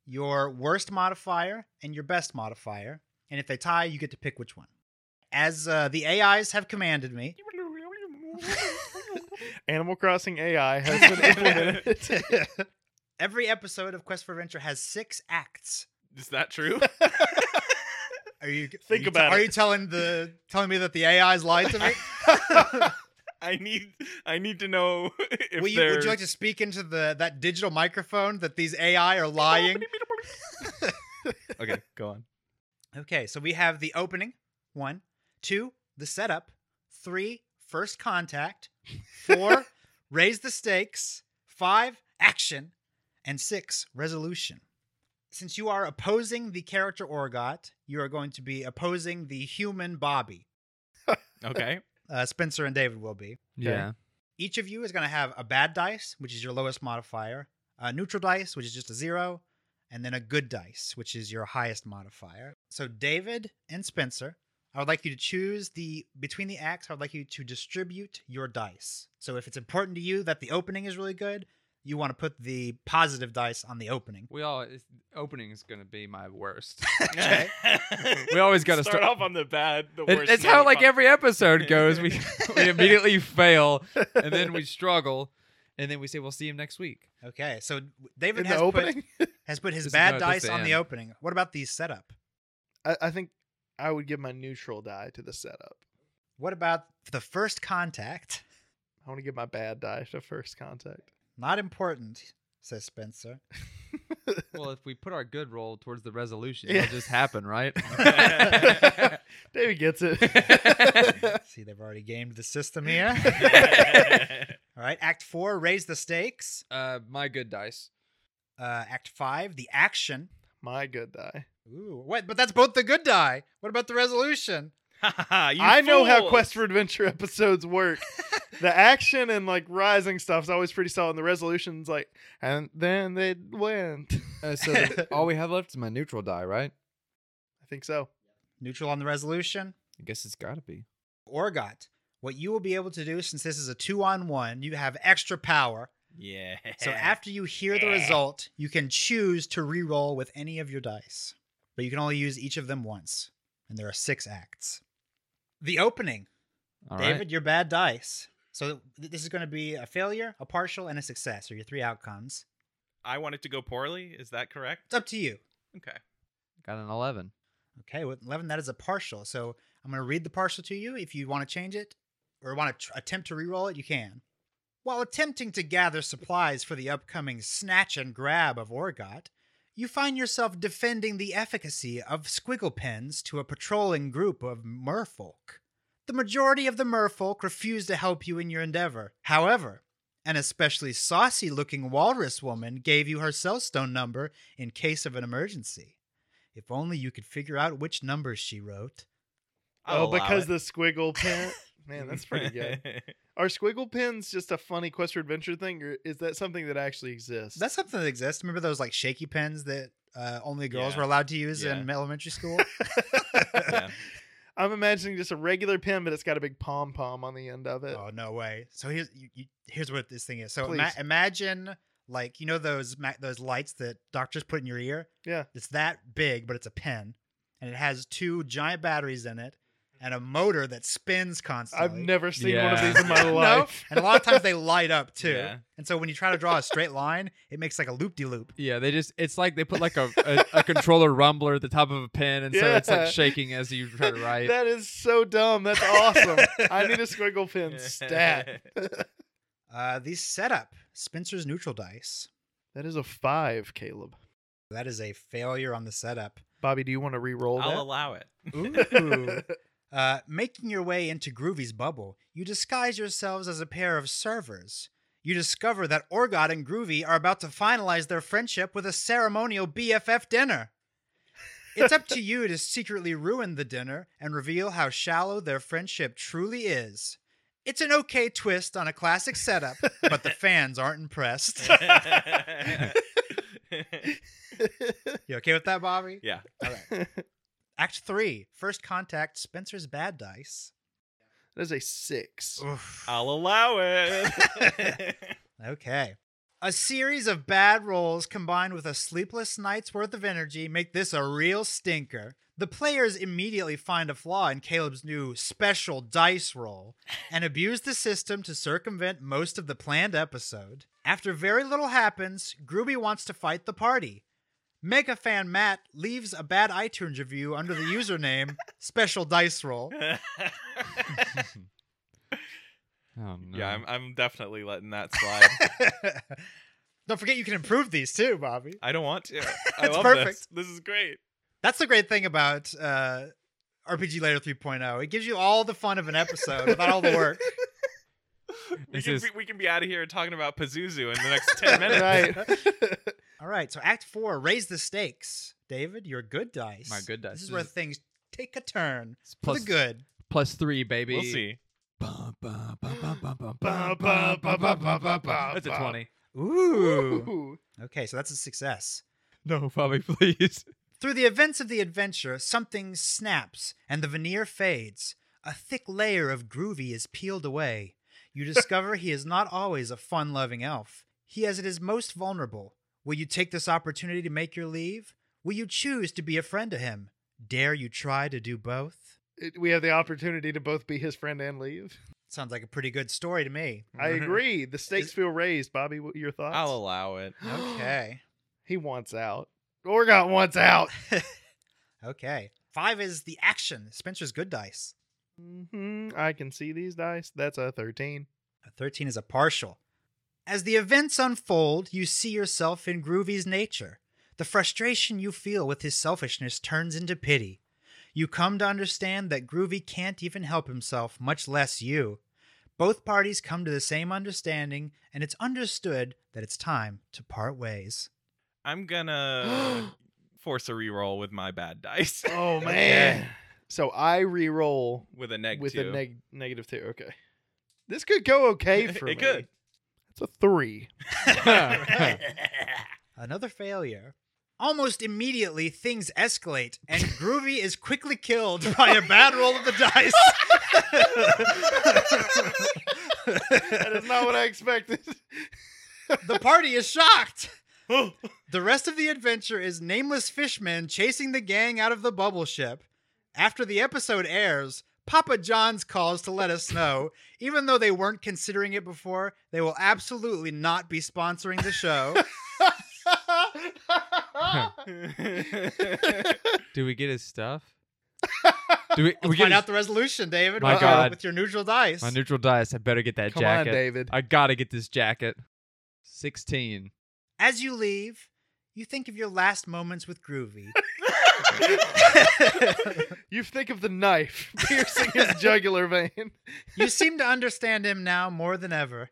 B: your worst modifier and your best modifier, and if they tie, you get to pick which one. As uh, the AIs have commanded me,
D: Animal Crossing AI has been implemented.
B: Every episode of Quest for Adventure has six acts.
C: [laughs] Is that true? [laughs]
B: Are you think
D: Think about
B: Are
D: it.
B: you telling the telling me that the AIs lied to me?
C: I need I need to know [laughs] if
B: Will you,
C: they're
B: would you like to speak into the that digital microphone that these AI are lying?
C: Okay, go on.
B: okay, so we have the opening one, two, the setup. Three, first contact. Four, raise the stakes. Five, action. And six, resolution. Since you are opposing the character Orgot, you are going to be opposing the human Bobby.
C: Okay.
B: Uh, Spencer and David will be.
E: Yeah.
B: Each of you is going to have a bad dice, which is your lowest modifier, a neutral dice, which is just a zero, and then a good dice, which is your highest modifier. So, David and Spencer, I would like you to choose the between the acts, I would like you to distribute your dice. So, if it's important to you that the opening is really good, you want to put the positive dice on the opening.
E: We all it's, opening is gonna be my worst.
B: Okay.
E: [laughs] We always [laughs] gotta
C: start,
E: start.
C: off on the bad. The
E: It-
C: worst.
E: it's how like
C: motherfucker.
E: every [laughs] episode goes. We we [laughs] immediately fail and then we struggle and then we say we'll see him next [laughs] week.
B: Okay, so David
D: [laughs] in
B: has
D: the
B: put,
D: opening.
B: has put his
E: Just
B: bad
E: note that's
B: dice
E: the
B: on the
E: end.
B: opening. What about the setup?
D: I, I think I would give my neutral die to the setup.
B: What about the first contact?
D: I want to give my bad die to
E: [laughs]
D: first contact.
B: Not important, says Spencer.
E: Well, if we put our good roll towards the resolution,
D: Yeah.
E: it'll just happen, [laughs] right?
D: David gets
E: [laughs]
D: it.
B: See, they've already gamed the system here. All right, Act Four, raise the stakes.
E: Uh, my good dice.
B: Uh, act Five, the action.
D: my good die.
B: Ooh, what? But that's both the good die. What about the resolution?
C: [laughs] You
D: I know how
C: fools.
D: Quest for Adventure episodes
E: [laughs]
D: work. the action and like rising stuff is always pretty solid. And the resolutions like, and then they went.
E: Uh, so the- [laughs] all we have left is my neutral die, right?
D: I think so.
B: Neutral on the resolution.
E: I guess it's gotta be.
B: Orgot. What you will be able to do, since this is a two-on-one, you have extra power.
C: Yeah.
B: So after you hear the result, you can choose to re-roll with any of your dice, but you can only use each of them once. And there are six acts. The opening.
E: All right.
B: David, your bad dice. So th- this is going to be a failure, a partial, and a success, or your three outcomes.
C: I want it to go poorly. Is that correct?
B: It's up to you.
C: Okay.
E: Got an eleven.
B: Okay, with 11, that is a partial. So I'm going to read the partial to you. If you want to change it or want to tr- attempt to reroll it, you can. While attempting to gather supplies for the upcoming snatch and grab of Orgot, you find yourself defending the efficacy of squiggle pens to a patrolling group of merfolk. The majority of the merfolk refuse to help you in your endeavor. However, an especially saucy looking walrus woman gave you her cell stone number in case of an emergency. If only you could figure out which numbers she wrote.
C: I'll
D: oh,
C: allow
D: because
C: it.
D: the squiggle
C: [laughs]
D: pen. Man, that's pretty good. [laughs] Are squiggle pens just a funny Quest for Adventure thing, or is that something that actually exists? [laughs]
B: That's something that exists. Remember those like shaky pens that uh, only girls
C: Yeah.
B: were allowed to use in
C: Yeah.
B: elementary school?
C: [laughs] Yeah.
D: I'm imagining just a regular pen, but it's got a big pom pom on the end of it.
B: oh no way! So here's you, you, here's what this thing is. So ima-
D: Please.
B: imagine like you know those ma- those lights that doctors put in your ear.
D: Yeah.
B: it's that big, but it's a pen, and it has two giant batteries in it and a motor that spins constantly.
D: I've never seen one of
E: Yeah.
D: these
C: [laughs]
D: in my
B: No.
D: life.
B: And a lot of times they light up too.
C: Yeah.
B: And so when you try to draw a straight line, it makes like a loop de loop.
E: Yeah, they just it's like they put like a, a, a controller rumbler at the top of a pen and so it's
D: Yeah.
E: like shaking as you try to write.
D: [laughs] That is so dumb. That's awesome. I need a squiggle
C: [laughs]
D: pin stat. [laughs]
B: Uh, the setup Spencer's neutral dice.
D: That is a five, Caleb.
B: That is a failure on the setup.
D: Bobby, do you want to re-roll
C: I'll
D: that?
C: allow it. [laughs]
D: [laughs]
B: Ooh. uh, making your way into Groovy's bubble, you disguise yourselves as a pair of servers. You discover that Orgot and Groovy are about to finalize their friendship with a ceremonial BFF dinner. It's up to you to secretly ruin the dinner and reveal how shallow their friendship truly is. It's an okay twist on a classic setup, but the fans aren't
C: [laughs]
B: impressed. You okay with that, Bobby?
C: yeah.
B: All right. Act three, first contact, Spencer's bad dice.
D: that is a six.
C: I'll allow it. [laughs]
B: Okay. A series of bad rolls combined with a sleepless night's worth of energy make this a real stinker. The players immediately find a flaw in Caleb's new special dice roll and abuse the system to circumvent most of the planned episode. After very little happens, Groovy wants to fight the party. Mega fan Matt leaves a bad iTunes review under the username Special Dice Roll. [laughs]
E: oh no.
C: Yeah, I'm, I'm definitely letting that slide.
B: Don't forget you can improve these too, Bobby.
C: I don't want to. I
B: It's
C: love
B: perfect.
C: This. this is great.
B: That's the great thing about uh, RPG Later 3.0. It gives you all the fun of an episode without all the work.
C: We
E: This
C: can,
E: is-
C: be, we can be out of here talking about Pazuzu in the next
D: [laughs]
C: 10 minutes.
D: right.
C: [laughs]
B: All right, so Act Four, raise the stakes. David, your good dice.
E: My good dice.
B: This is where things take a turn
E: It's
B: for
E: plus
B: the good.
E: plus three, baby.
C: We'll see.
E: Bum, bum, bum, bum, bum, bum,
D: Ba,
E: bum,
D: ba, ba,
E: bum,
D: ba,
E: bum,
D: ba, ba,
E: bum,
D: ba,
E: bum. That's a
D: ba.
E: twenty.
B: Ooh.
D: [laughs] Ooh.
B: Okay, so that's a success.
E: No, Bobby, please.
B: Through the events of the adventure, something snaps and the veneer fades. A thick layer of Groovy is peeled away. You discover he is not always a fun loving elf. He is at his most vulnerable. Will you take this opportunity to make your leave? Will you choose to be a friend to him? Dare you try to do both?
D: It- we have the opportunity to both be his friend and leave.
B: Sounds like a pretty good story to me.
D: I agree. The stakes feel raised. Bobby, what your thoughts?
C: I'll allow it.
D: [gasps]
B: Okay.
D: he wants out. Orgot wants out.
B: okay. Five is the action. Spencer's good dice.
D: hmm I can see these dice. That's a [gasps] 13.
B: A 13 is a partial. As the events unfold, you see yourself in Groovy's nature. The frustration you feel with his selfishness turns into pity. You come to understand that Groovy can't even help himself, much less you. Both parties come to the same understanding, and it's understood that it's time to part ways.
C: I'm
D: [gasps]
C: gonna force a reroll with my bad dice [laughs]
D: Oh, man. So I re-roll
C: with a neg
D: with
C: two. [laughs]
D: a neg- negative two. Okay. This could go okay for me.
C: It could.
D: That's a
C: [laughs]
D: three.
B: Another failure. Almost immediately, things escalate, and Groovy is quickly killed [laughs] by a Oh, bad roll of the
C: [laughs]
B: dice.
D: That is not what
C: [laughs]
D: I expected. [laughs]
B: the party is shocked. the rest of the adventure is nameless fishmen chasing the gang out of the bubble ship. After the episode airs, Papa John's calls to let us know, even though they weren't considering it before, they will absolutely not be sponsoring
E: [laughs]
B: the show.
E: Do we get his stuff? Do we,
B: Let's
E: we get
B: find
E: his-
B: out the resolution, David.
E: My
B: with your-
E: God.
B: with your neutral dice.
E: my neutral dice? I better get that
D: Come on,
E: jacket.
D: David.
E: I gotta get this jacket. Sixteen.
B: As you leave, you think of your last moments with
E: [laughs]
B: Groovy. [laughs]
D: You think of the knife [laughs] piercing
C: [laughs]
D: his jugular vein.
B: you seem to understand him now more than ever.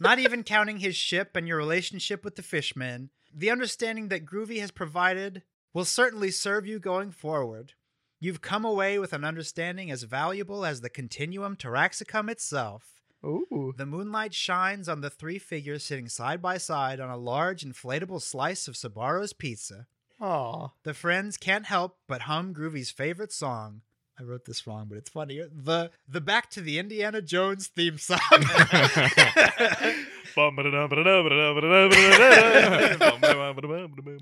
B: Not even counting his ship and your relationship with the fishmen, the understanding that Groovy has provided will certainly serve you going forward. You've come away with an understanding as valuable as the continuum Taraxicum itself.
D: Ooh.
B: The moonlight shines on the three figures sitting side by side on a large inflatable slice of Sabaro's pizza.
D: [laughs] Aw.
B: The friends can't help but hum Groovy's favorite song. I wrote this wrong, but it's funny. The the Back to the Indiana Jones theme song. [laughs]
D: so
E: So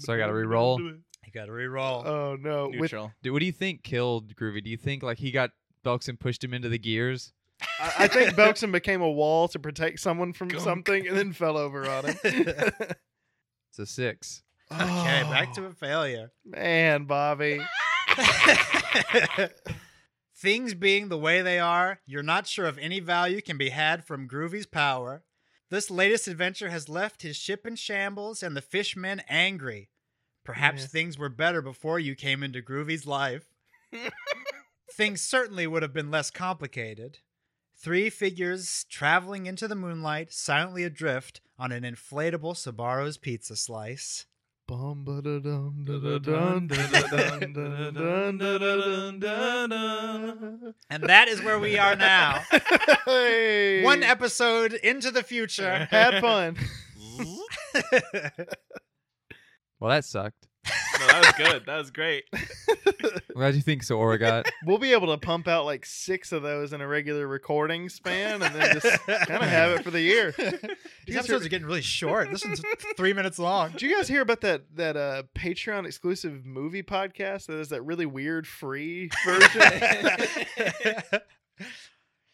E: I gotta re-roll?
B: you gotta re-roll.
D: Oh no! With
C: Neutral.
E: Dude, what do you think killed Groovy? Do you think like he got Belks and pushed him into the gears?
D: I,
B: [laughs]
D: I think Belkson became a wall to protect someone from
C: Gunk.
D: something, and then fell over on him. okay,
E: It's a six.
B: [laughs] okay, back to a failure.
D: man, Bobby.
B: [laughs] Things being the way they are, you're not sure if any value can be had from Groovy's power. This latest adventure has left his ship in shambles and the fishmen angry. Perhaps
D: Yeah.
B: things were better before you came into Groovy's life. things certainly would have been less complicated. Three figures traveling into the moonlight, silently adrift on an inflatable Sabaro's pizza slice.
D: Bum, ba-da-dum, da-da-dun, da-da-dun, da-da-dun, da-da-dun, da-da.
B: And that is where we are now.
D: [laughs] Hey.
B: One episode into the [laughs] future.
D: Had fun.
E: Well, that sucked.
C: No, that was good. That was great.
E: I'm glad you think so, Oregot.
D: [laughs] We'll be able to pump out like six of those in a regular recording span, and then just kind of have it for
E: [laughs]
D: the year.
B: These episodes are getting really short. This [laughs] one's three minutes [laughs] long.
D: Did you guys hear about that that uh, Patreon exclusive movie podcast that is that really weird free version?
E: [laughs]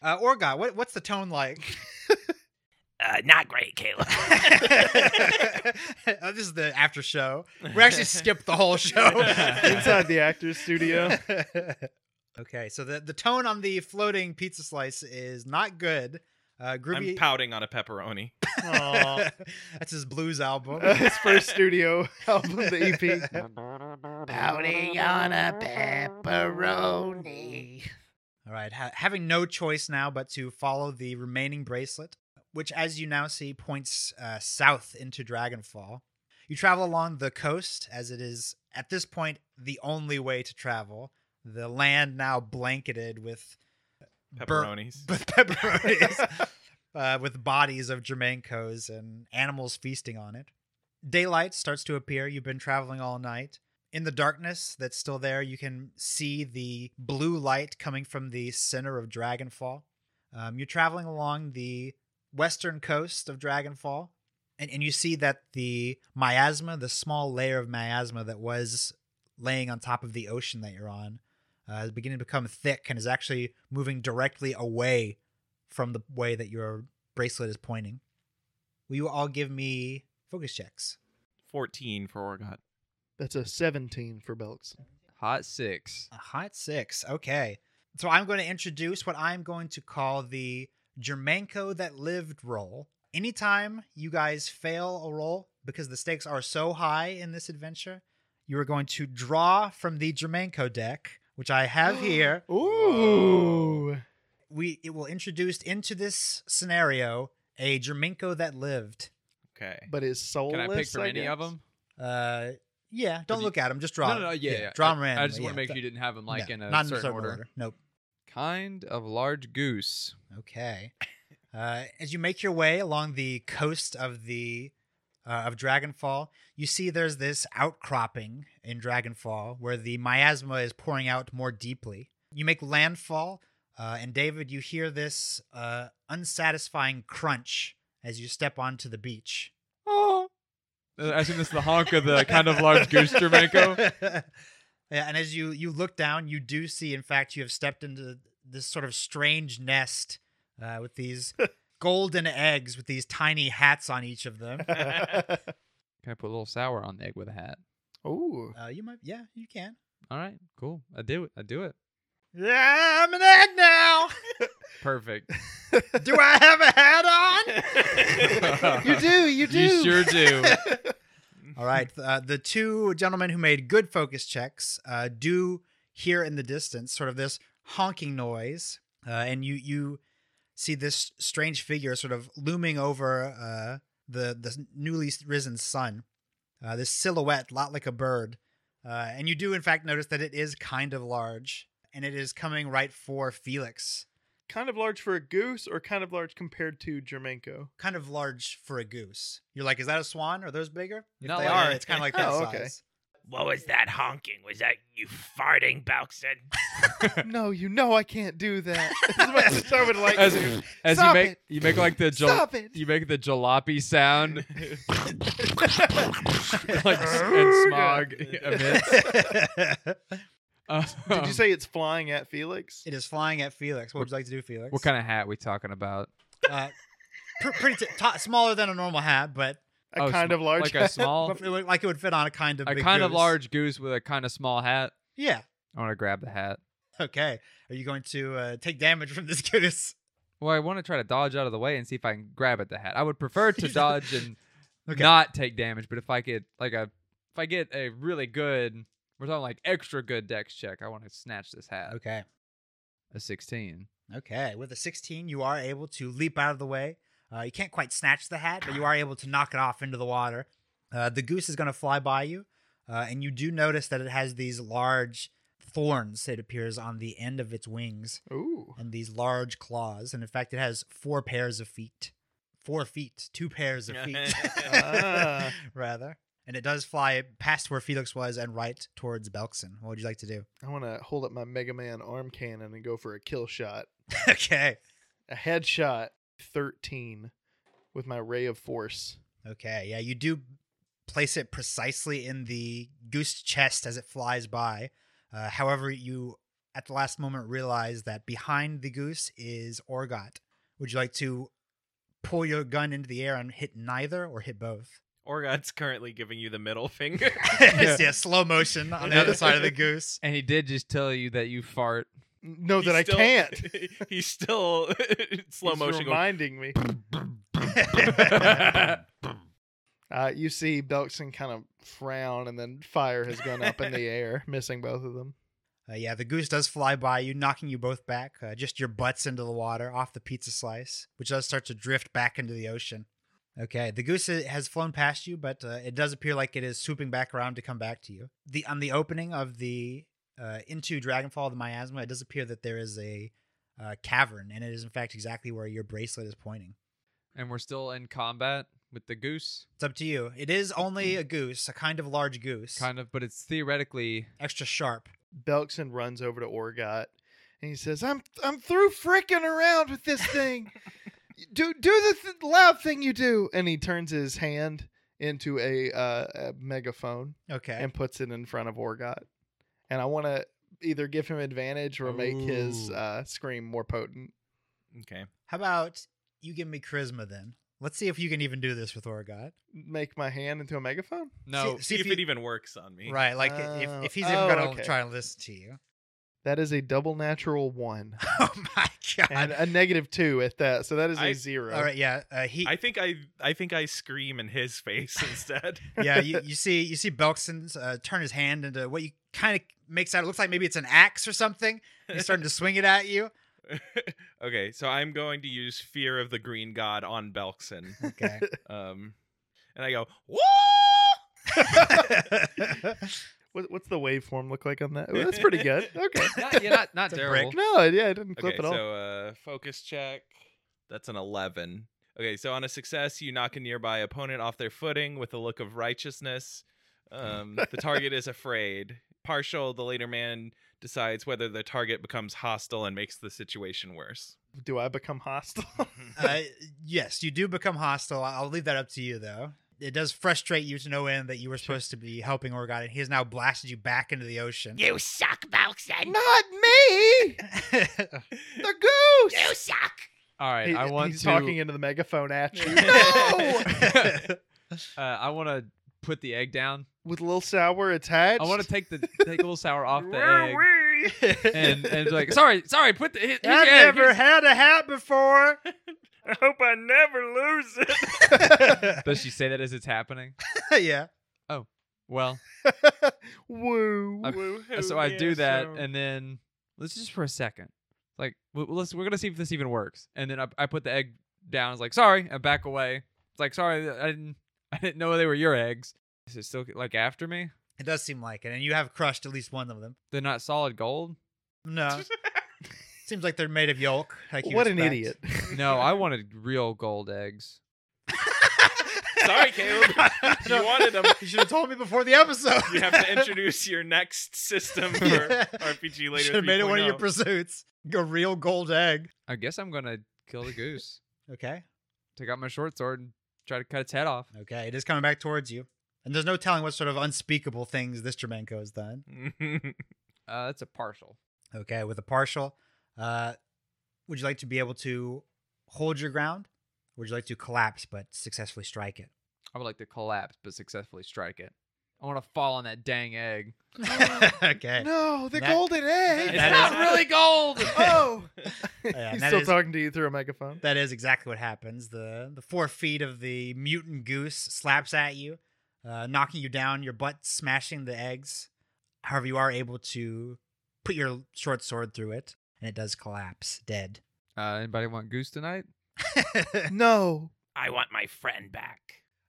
B: Uh, Orga, what, what's the tone like? [laughs]
A: Uh, not great,
C: [laughs]
A: Caleb.
B: Uh, this is the after show. We actually skipped the whole [laughs] show. [laughs]
D: Inside the
E: [laughs]
D: actors studio.
B: okay, so the, the tone on the floating pizza slice is not good. Uh, Groovy.
C: [laughs] I'm pouting on a pepperoni.
D: Aw.
B: [laughs] That's his blues album. [laughs]
D: his first studio album, the E EP.
B: Pouting on a pepperoni. All right, ha- having no choice now but to follow the remaining bracelet, which, as you now see, points uh, south into Dragonfall. You travel along the coast, as it is at this point the only way to travel. The land now blanketed with uh, bur-
C: Pepperonis.
B: with [laughs] pepperonis, uh, with bodies of Germancos and animals feasting on it. Daylight starts to appear. You've been traveling all night. In the darkness that's still there, you can see the blue light coming from the center of Dragonfall. Um, you're traveling along the western coast of Dragonfall, and, and you see that the miasma, the small layer of miasma that was laying on top of the ocean that you're on, uh, is beginning to become thick and is actually moving directly away from the way that your bracelet is pointing. Will you all give me focus checks?
C: 14 for Orgot.
D: That's a 17 for Belks.
E: Hot six.
B: A hot six. Okay. So I'm going to introduce what I'm going to call the Germanco that lived roll. Anytime you guys fail a roll, because the stakes are so high in this adventure, you are going to draw from the Germanco deck, which I [gasps] have here.
D: Ooh.
B: we it will introduce into this scenario a Jerminko that lived.
C: Okay.
D: But is soulless.
E: Can I pick from
D: I
E: any of
D: guess.
E: them?
B: Uh, yeah, don't
E: you-
B: look at him. Just draw.
E: no, no, no,
B: him.
E: yeah, yeah.
B: draw
E: I-
B: him randomly.
E: I just want to
B: yeah.
E: make sure you didn't have them like
B: No,
E: in a
B: not
E: certain, order.
B: Nope.
E: Kind of large goose.
B: Okay. [laughs] Uh, as you make your way along the coast of the uh, of Dragonfall, you see there's this outcropping in Dragonfall where the miasma is pouring out more deeply. You make landfall, uh, and David, you hear this uh, unsatisfying crunch as you step onto the beach.
E: Oh. I assume this is the honk of the kind of large
D: [laughs]
E: goose Jermanko.
B: [laughs] yeah, and as you you look down, you do see, in fact, you have stepped into this sort of strange nest uh, with these golden eggs with these tiny hats on each of them.
E: Can I put a little sour on the egg with a hat?
D: [laughs] Ooh.
B: Uh, you might, yeah, you can.
E: All right, cool. I do it. I do it.
B: Yeah, I'm an egg now.
E: Perfect.
B: do I have a hat
D: [laughs] [laughs] You do, you do.
E: You
D: [laughs]
E: sure do.
B: on? All right, uh, the two gentlemen who made good focus checks uh, do hear in the distance sort of this honking noise, uh, and you you see this strange figure sort of looming over uh, the the newly risen sun. Uh, this silhouette, lot like a bird, uh, and you do in fact notice that it is kind of large, and it is coming right for Felix.
D: kind of large for a goose or kind of large compared to Jermenko?
B: Kind of large for a goose. You're like, is that a swan? Are those bigger? If
E: Not
B: they
E: like-
B: are, it's kind of like that
D: Oh, okay.
B: size.
A: What was that honking? Was that you farting, Balkson?
D: no, you know I can't do [laughs] that. As much as I would like
E: As,
D: to.
E: as you
D: Stop
E: make
D: it.
E: you make like the jal-
D: Stop it.
E: you make the jalopy sound,
D: [laughs]
E: [laughs] like s- and
D: Oh,
E: smog
D: [laughs]
E: emits.
B: [laughs]
D: Did you say it's flying at Felix?
B: it is flying at Felix. What would you like to do, Felix?
E: what kind of hat we talking about?
B: Uh, pr- pretty t- t- smaller than a normal hat, but
D: A
E: Oh,
D: kind
E: sm-
D: of large.
E: like a [laughs]
D: [laughs]
E: small,
B: but it would, like it would fit on a kind of
E: a
B: big
E: kind of
B: goose.
E: large goose with a kind of small hat.
B: Yeah.
E: I want to grab the hat.
B: Okay. Are you going to uh, take damage from this [laughs] goose?
E: Well, I want to try to dodge out of the way and see if I can grab at the hat. I would prefer
D: [laughs]
E: to dodge and
B: Okay.
E: not take damage, but if I get like a if I get a really good we're talking like extra good dex check, I want to snatch this hat.
B: Okay.
E: A sixteen.
B: Okay. With a 16, you are able to leap out of the way. Uh, you can't quite snatch the hat, but you are able to knock it off into the water. Uh, the goose is going to fly by you, uh, and you do notice that it has these large thorns, it appears, on the end of its wings
D: Ooh.
B: and these large claws. And in fact, it has four pairs of feet. Four feet, two pairs of feet,
D: Ah.
B: [laughs] rather. And it does fly past where Felix was and right towards Belkson. What would you like to do? [laughs]
D: I want to hold up my Mega Man arm cannon and go for a kill shot.
B: okay.
D: A headshot 13 with my ray of force.
B: Okay, yeah, you do place it precisely in the goose chest as it flies by. Uh, however, you at the last moment realize that behind the goose is Orgot. Would you like to pull your gun into the air and hit neither or hit both?
C: Orgot's currently giving you the middle [laughs] finger.
B: [laughs] yeah. slow motion on the other side of the goose.
D: [laughs]
E: And he did just tell you that you fart. [laughs]
D: No,
C: He's
D: that Oh, I
C: still-
D: can't.
C: He's still [laughs] slow
D: He's
C: motion. going,
D: reminding me. Uh, you see Belkson kind of frown and then fire his gun up in the air, missing both of them.
B: [laughs] Uh, yeah, the goose does fly by you, knocking you both back, uh, just your butts into the water, off the pizza slice, which does start to drift back into the ocean. Okay, the goose i- has flown past you, but uh, it does appear like it is swooping back around to come back to you. The on the opening of the uh, into Dragonfall of the Miasma, it does appear that there is a uh, cavern, and it is in fact exactly where your bracelet is pointing.
E: and we're still in combat with the goose,
B: It's up to you. It is only a goose, a Hmm. kind of large goose,
E: kind of, but it's theoretically
B: extra sharp.
D: Belkson runs over to Orgot and he says, "I'm I'm through fricking around with this thing. do do the th- loud thing you do." And he turns his hand into a, uh, a megaphone
B: Okay,
D: and puts it in front of Orgot. And I want to either give him advantage or make his
C: Ooh.
D: uh, scream more potent.
C: okay.
B: how about you give me charisma then? Let's see if you can even do this with Orgot.
D: Make my hand into a megaphone.
E: no.
B: See-
C: See, if
B: you-
C: it even works on me.
B: Right, like
D: Oh.
B: if, if he's
D: Oh,
B: even gonna
D: okay.
B: try and listen to you. [laughs]
D: That is a double natural one
B: Oh my god!
D: and a negative two at that. So that is a
C: I-
D: zero.
B: All right, yeah, uh, he,
C: I think I I think I scream in his [laughs] face instead.
B: [laughs] yeah, you, you see, you see Belkson's uh, turn his hand into what you kind of makes out. It looks like maybe it's an axe or something. He's starting to swing it at you.
C: okay, so I'm going to use fear of the green god on Belkson.
B: Okay.
C: Um and I go, Whoa!
D: What, what's the waveform look like on that?
E: [laughs]
D: Well, that's pretty good. Okay.
E: Not, yeah, not not
B: It's a
E: terrible.
B: brick.
D: No, yeah, I didn't
C: Okay,
D: clip at all.
C: so uh focus check. That's an 11. Okay, so on a success, you knock a nearby opponent off their footing with a look of righteousness. Um, the target
D: [laughs]
C: is afraid. Partial, the later man decides whether the target becomes hostile and makes the situation worse.
D: Do I become hostile?
B: [laughs]
E: [laughs]
D: [laughs]
B: uh, yes, you do become hostile. I- I'll leave that up to you, though. It does frustrate you to no end that you were supposed to be helping Orgot, and he has now blasted you back into the ocean.
F: You suck, Belkson.
D: Not me,
B: [laughs]
D: the goose.
E: All right,
D: He-
E: I want
D: he's
E: to.
D: talking into the megaphone at
E: [laughs]
B: [laughs]
D: you.
C: No!
E: uh, I want to put the egg down.
D: with little sour attached.
E: I want to take the take little sour off the egg
D: [laughs]
E: and and be like sorry, sorry. Put the hit,
B: I've never had a hat before.
C: I hope I never lose it.
E: Does she say that as it's happening?
B: [laughs] yeah.
E: Well,
D: Woo.
E: I-
D: [laughs]
C: Woohoo,
E: uh, so I do
C: yeah,
E: that,
C: so-
E: and then let's just for a second, like w- let's we're gonna see if this even works. And then I, I put the egg down. I was like, sorry, I back away. It's like, sorry, I didn't, I didn't know they were your eggs. Is it still like after me?
B: It does seem like it, and you have crushed at least one of them.
E: They're not solid gold.
C: [laughs]
B: No, seems like they're made of yolk. Like you
D: what an
B: expect. [laughs]
D: idiot.
E: No, I wanted real gold eggs.
C: Sorry,
D: [laughs]
C: Caleb. You wanted them.
B: [laughs] You should have told me before the episode.
C: You have to introduce your next system
B: [laughs]
C: for [laughs]
D: [laughs]
B: Yeah.
C: RPG
B: You
C: later. oh.
B: should have made it one of your
C: 3.0.
B: pursuits. A real gold egg.
E: I guess I'm gonna kill the goose.
B: Okay.
E: Take out my short sword and try to cut its head off.
B: Okay. It is coming back towards you, and there's no telling what sort of unspeakable things this Jermenko has done.
E: Uh, that's a partial.
B: Okay, with a partial. Uh, would you like to be able to hold your ground? Would you like to collapse but successfully strike it?
E: I would like to collapse but successfully strike it. I want to fall on that dang egg.
B: [laughs]
D: [laughs]
B: okay.
D: No, the
B: That-
D: golden egg.
E: It's
B: That
E: not
B: is-
E: really gold.
D: oh.
B: Yeah,
D: he's
B: that
D: still
B: is-
D: talking to you through
B: [laughs]
D: a megaphone.
B: That is exactly what happens. The the four feet of the mutant goose slaps at you, uh, knocking you down, your butt smashing the eggs. However, you are able to put your short sword through it, and it does collapse dead.
E: Uh, anybody want goose tonight?
D: no.
F: [laughs] I want my friend back.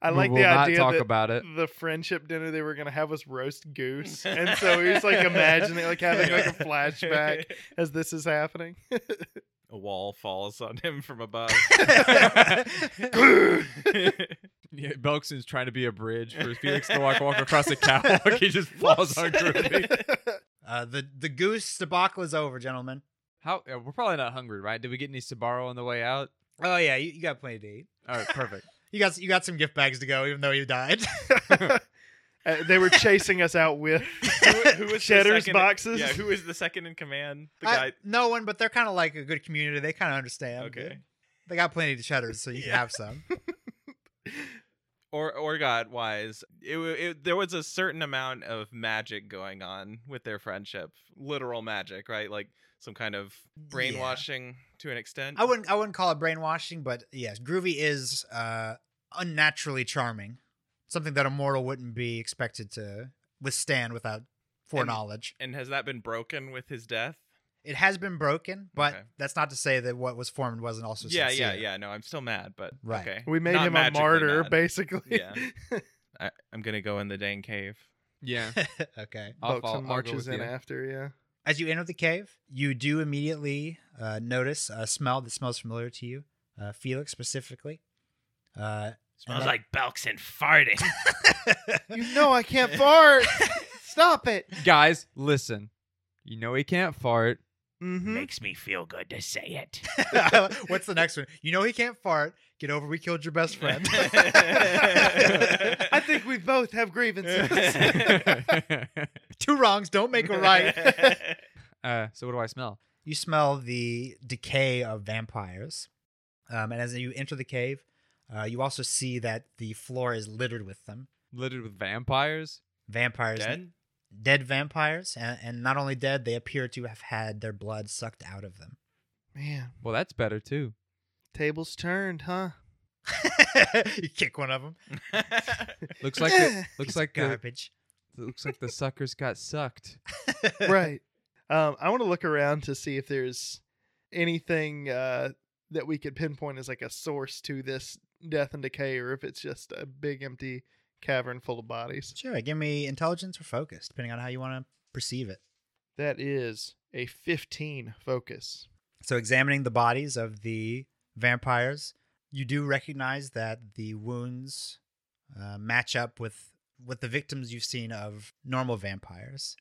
D: I
E: We
D: like
E: will
D: the
E: not
D: idea
E: talk
D: that
E: about
C: [laughs]
E: it.
D: the friendship dinner they were gonna have was roast goose, and so he was like imagining like
C: [laughs]
D: having like a flashback
E: [laughs]
D: as this is happening.
C: A wall falls on him from
D: [laughs]
C: above.
E: [laughs]
C: [laughs]
E: Yeah, Belkson's trying to be a bridge for Felix to walk, walk across the catwalk. He
D: [laughs]
E: just falls on Groovy.
B: Uh, the the goose debacle is over, gentlemen.
E: How uh, we're probably not hungry, right? Did we get any Sabaro on the way out?
B: Oh yeah, you, you got plenty to eat.
E: All right, perfect.
B: You got you got some gift bags to go, even though you died. [laughs]
D: Uh, they were chasing us out
C: [laughs]
D: with
C: who, who is the
D: Cheddar's
C: second-
D: boxes.
C: Yeah, who is the second in command? The
B: I-
C: guy.
B: no one, but they're kind of like a good community. They kind of understand.
C: Okay.
B: dude. They got plenty to cheddars, so you can have some.
C: or or god wise it, wa- it there was a certain amount of magic going on with their friendship literal magic right like some kind of brainwashing to an extent
B: I wouldn't I wouldn't call it brainwashing, but yes, Groovy is uh, unnaturally charming, something that a mortal wouldn't be expected to withstand without foreknowledge.
C: and has that been broken with his death
B: it has been broken, but
C: Okay.
B: that's not to say that what was formed wasn't also
C: yeah yeah
B: sincere.
C: yeah no i'm still mad but
B: Right.
C: okay
D: We made
C: Not
D: him a
C: magically
D: martyr,
C: mad.
D: basically. [laughs]
C: Yeah. I, i'm gonna go in the dang cave
D: [laughs]
E: Yeah.
B: [laughs] okay.
E: I'll
D: Buxton
E: follow,
D: marches in
E: you.
D: after, yeah.
B: As you enter the cave, you do immediately uh, notice a smell that smells familiar to you, uh, Felix specifically. Uh, [laughs]
F: Smells like Belks
C: [laughs]
F: and farting.
D: You know I can't fart. Stop it.
E: Guys, listen. You know he can't [laughs] fart.
C: Hmm? [laughs]
D: Mm-hmm. [laughs]
F: Makes me feel good to say it.
B: What's the next one? You know he can't fart. Get over. We killed your best friend. [laughs]
D: I think we both have
E: Uh,
D: grievances.
C: [laughs]
B: Two wrongs don't make a right.
C: [laughs]
E: uh, so what do I smell?
B: You smell the decay of vampires, um, and as you enter the cave, uh, you also see that the floor is littered with them.
E: Littered with vampires.
B: Vampires,
C: dead
B: dead vampires, and, and not only dead, they appear to have had their blood sucked out of them. [laughs]
D: Man,
E: Well, that's better too.
D: tables turned, huh?
B: you kick one of them.
E: Looks like
B: [laughs]
D: [laughs]
E: the,
B: Piece
E: looks
B: of
E: like the,
B: garbage.
E: looks like the suckers got sucked.
D: right. [laughs] Um, I want to look around to see if there's anything uh, that we could pinpoint as like a source to this death and decay, or if it's just a big empty cavern full of bodies.
B: Sure, give me intelligence or focus, depending on how you want to perceive it.
D: That is a 15 focus.
B: So, examining the bodies of the vampires, you do recognize that the wounds uh, match up with with the victims you've seen of normal vampires,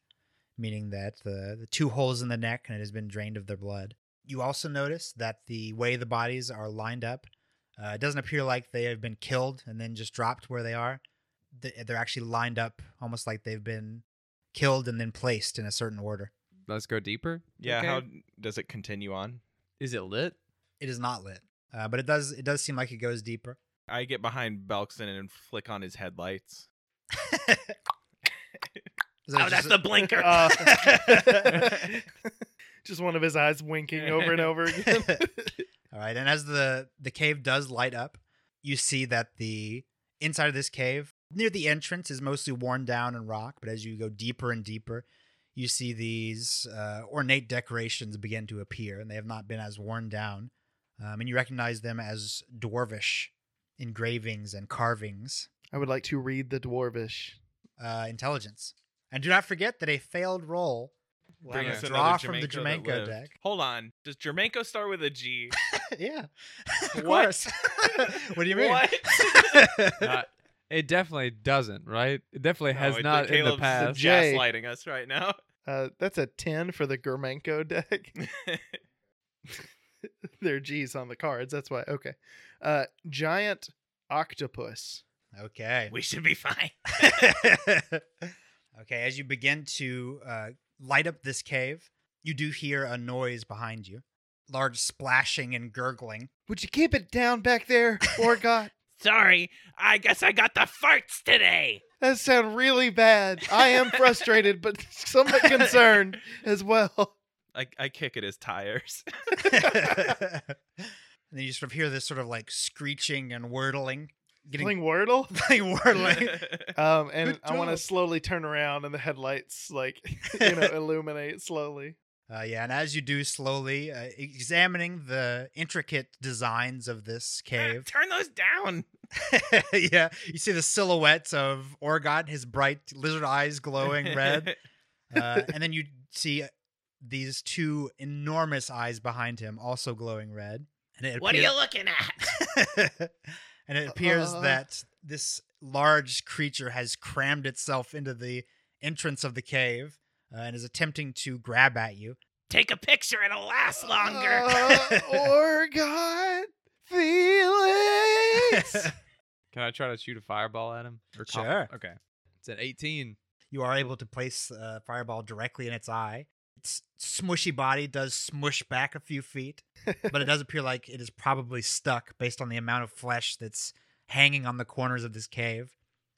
B: meaning that the, the two holes in the neck and it has been drained of their blood. You also notice that the way the bodies are lined up, uh, it doesn't appear like they have been killed and then just dropped where they are. Th- They're actually lined up almost like they've been killed and then placed in a certain order.
E: Let's go deeper.
C: yeah
E: Okay.
C: how does it continue on
E: is it lit?
B: It is not lit, uh, but it does it does seem like it goes deeper.
C: i get behind belkson and flick on his headlights
B: So
F: Oh,
B: it's
F: that's
B: just-
F: the blinker.
D: Uh, [laughs] just one of his eyes winking over and over again.
B: All right, and as the the cave does light up, you see that the inside of this cave near the entrance is mostly worn down and rock, but as you go deeper and deeper, you see these uh, ornate decorations begin to appear, and they have not been as worn down, um, and you recognize them as dwarvish engravings and carvings.
D: I would like to read the dwarvish.
B: Uh, intelligence, and do not forget that a failed roll
C: Bring
B: Yeah.
C: us
B: Draw
C: another
B: from the Jermanko
C: Jermanko that lived.
B: deck.
C: Hold on. Does Jermanko start with a G? [laughs]
B: yeah. Of
C: What? [laughs]
B: course. [laughs] what do you mean?
C: What?
E: Not- [laughs] it definitely doesn't, right? It definitely
C: No,
E: has
C: Oh, it-
E: not in the
C: Caleb's
E: past.
D: J.
C: gaslighting us right now.
D: Uh, that's a 10 for the
B: [laughs]
D: Germanko deck. [laughs] there are G's on the cards. That's why. Okay. Uh, giant octopus.
B: [laughs] Okay.
F: [laughs] We should be fine.
B: [laughs] okay, as you begin to uh, light up this cave, you do hear a noise behind you. Large splashing and gurgling. [laughs]
D: Would you keep it down back there, or God?
F: Sorry, I guess I got the farts today.
D: That sound really bad. I am frustrated, but somewhat concerned as well.
C: I, I kick at his [laughs] tires.
B: and then you sort of hear this sort of like screeching and wordling. [laughs]
D: Playing Wordle.
B: playing
C: [laughs]
B: wordling.
D: Um, and
B: Good
D: I want to
B: job.
D: slowly turn around, and the
B: [laughs]
D: headlights like you know illuminate slowly.
B: Uh, yeah, and as you do slowly uh, examining the intricate designs of
C: [laughs]
B: this cave,
F: Turn those down.
B: [laughs] yeah, you see the silhouettes of Orgot, his bright lizard eyes glowing
C: [laughs]
B: red, uh, and then you see these two enormous eyes behind him, also glowing red. And it
F: What are you
B: appear-
F: looking
B: [laughs]
F: at? [laughs]
B: and it appears
D: Uh.
B: that this large creature has crammed itself into the entrance of the cave uh, and is attempting to grab at you.
F: Take a picture, it'll last longer.
B: [laughs]
D: Uh, or God,
B: [laughs]
D: Felix.
E: Can I try to shoot a fireball at him? Or com-
B: Sure.
E: Okay. It's an
D: [laughs]
E: 18.
B: you are able to place a fireball directly in its eye. Its smushy body does smush back a few feet, but it does appear like it is probably stuck based on the amount of flesh that's hanging on the corners of this cave.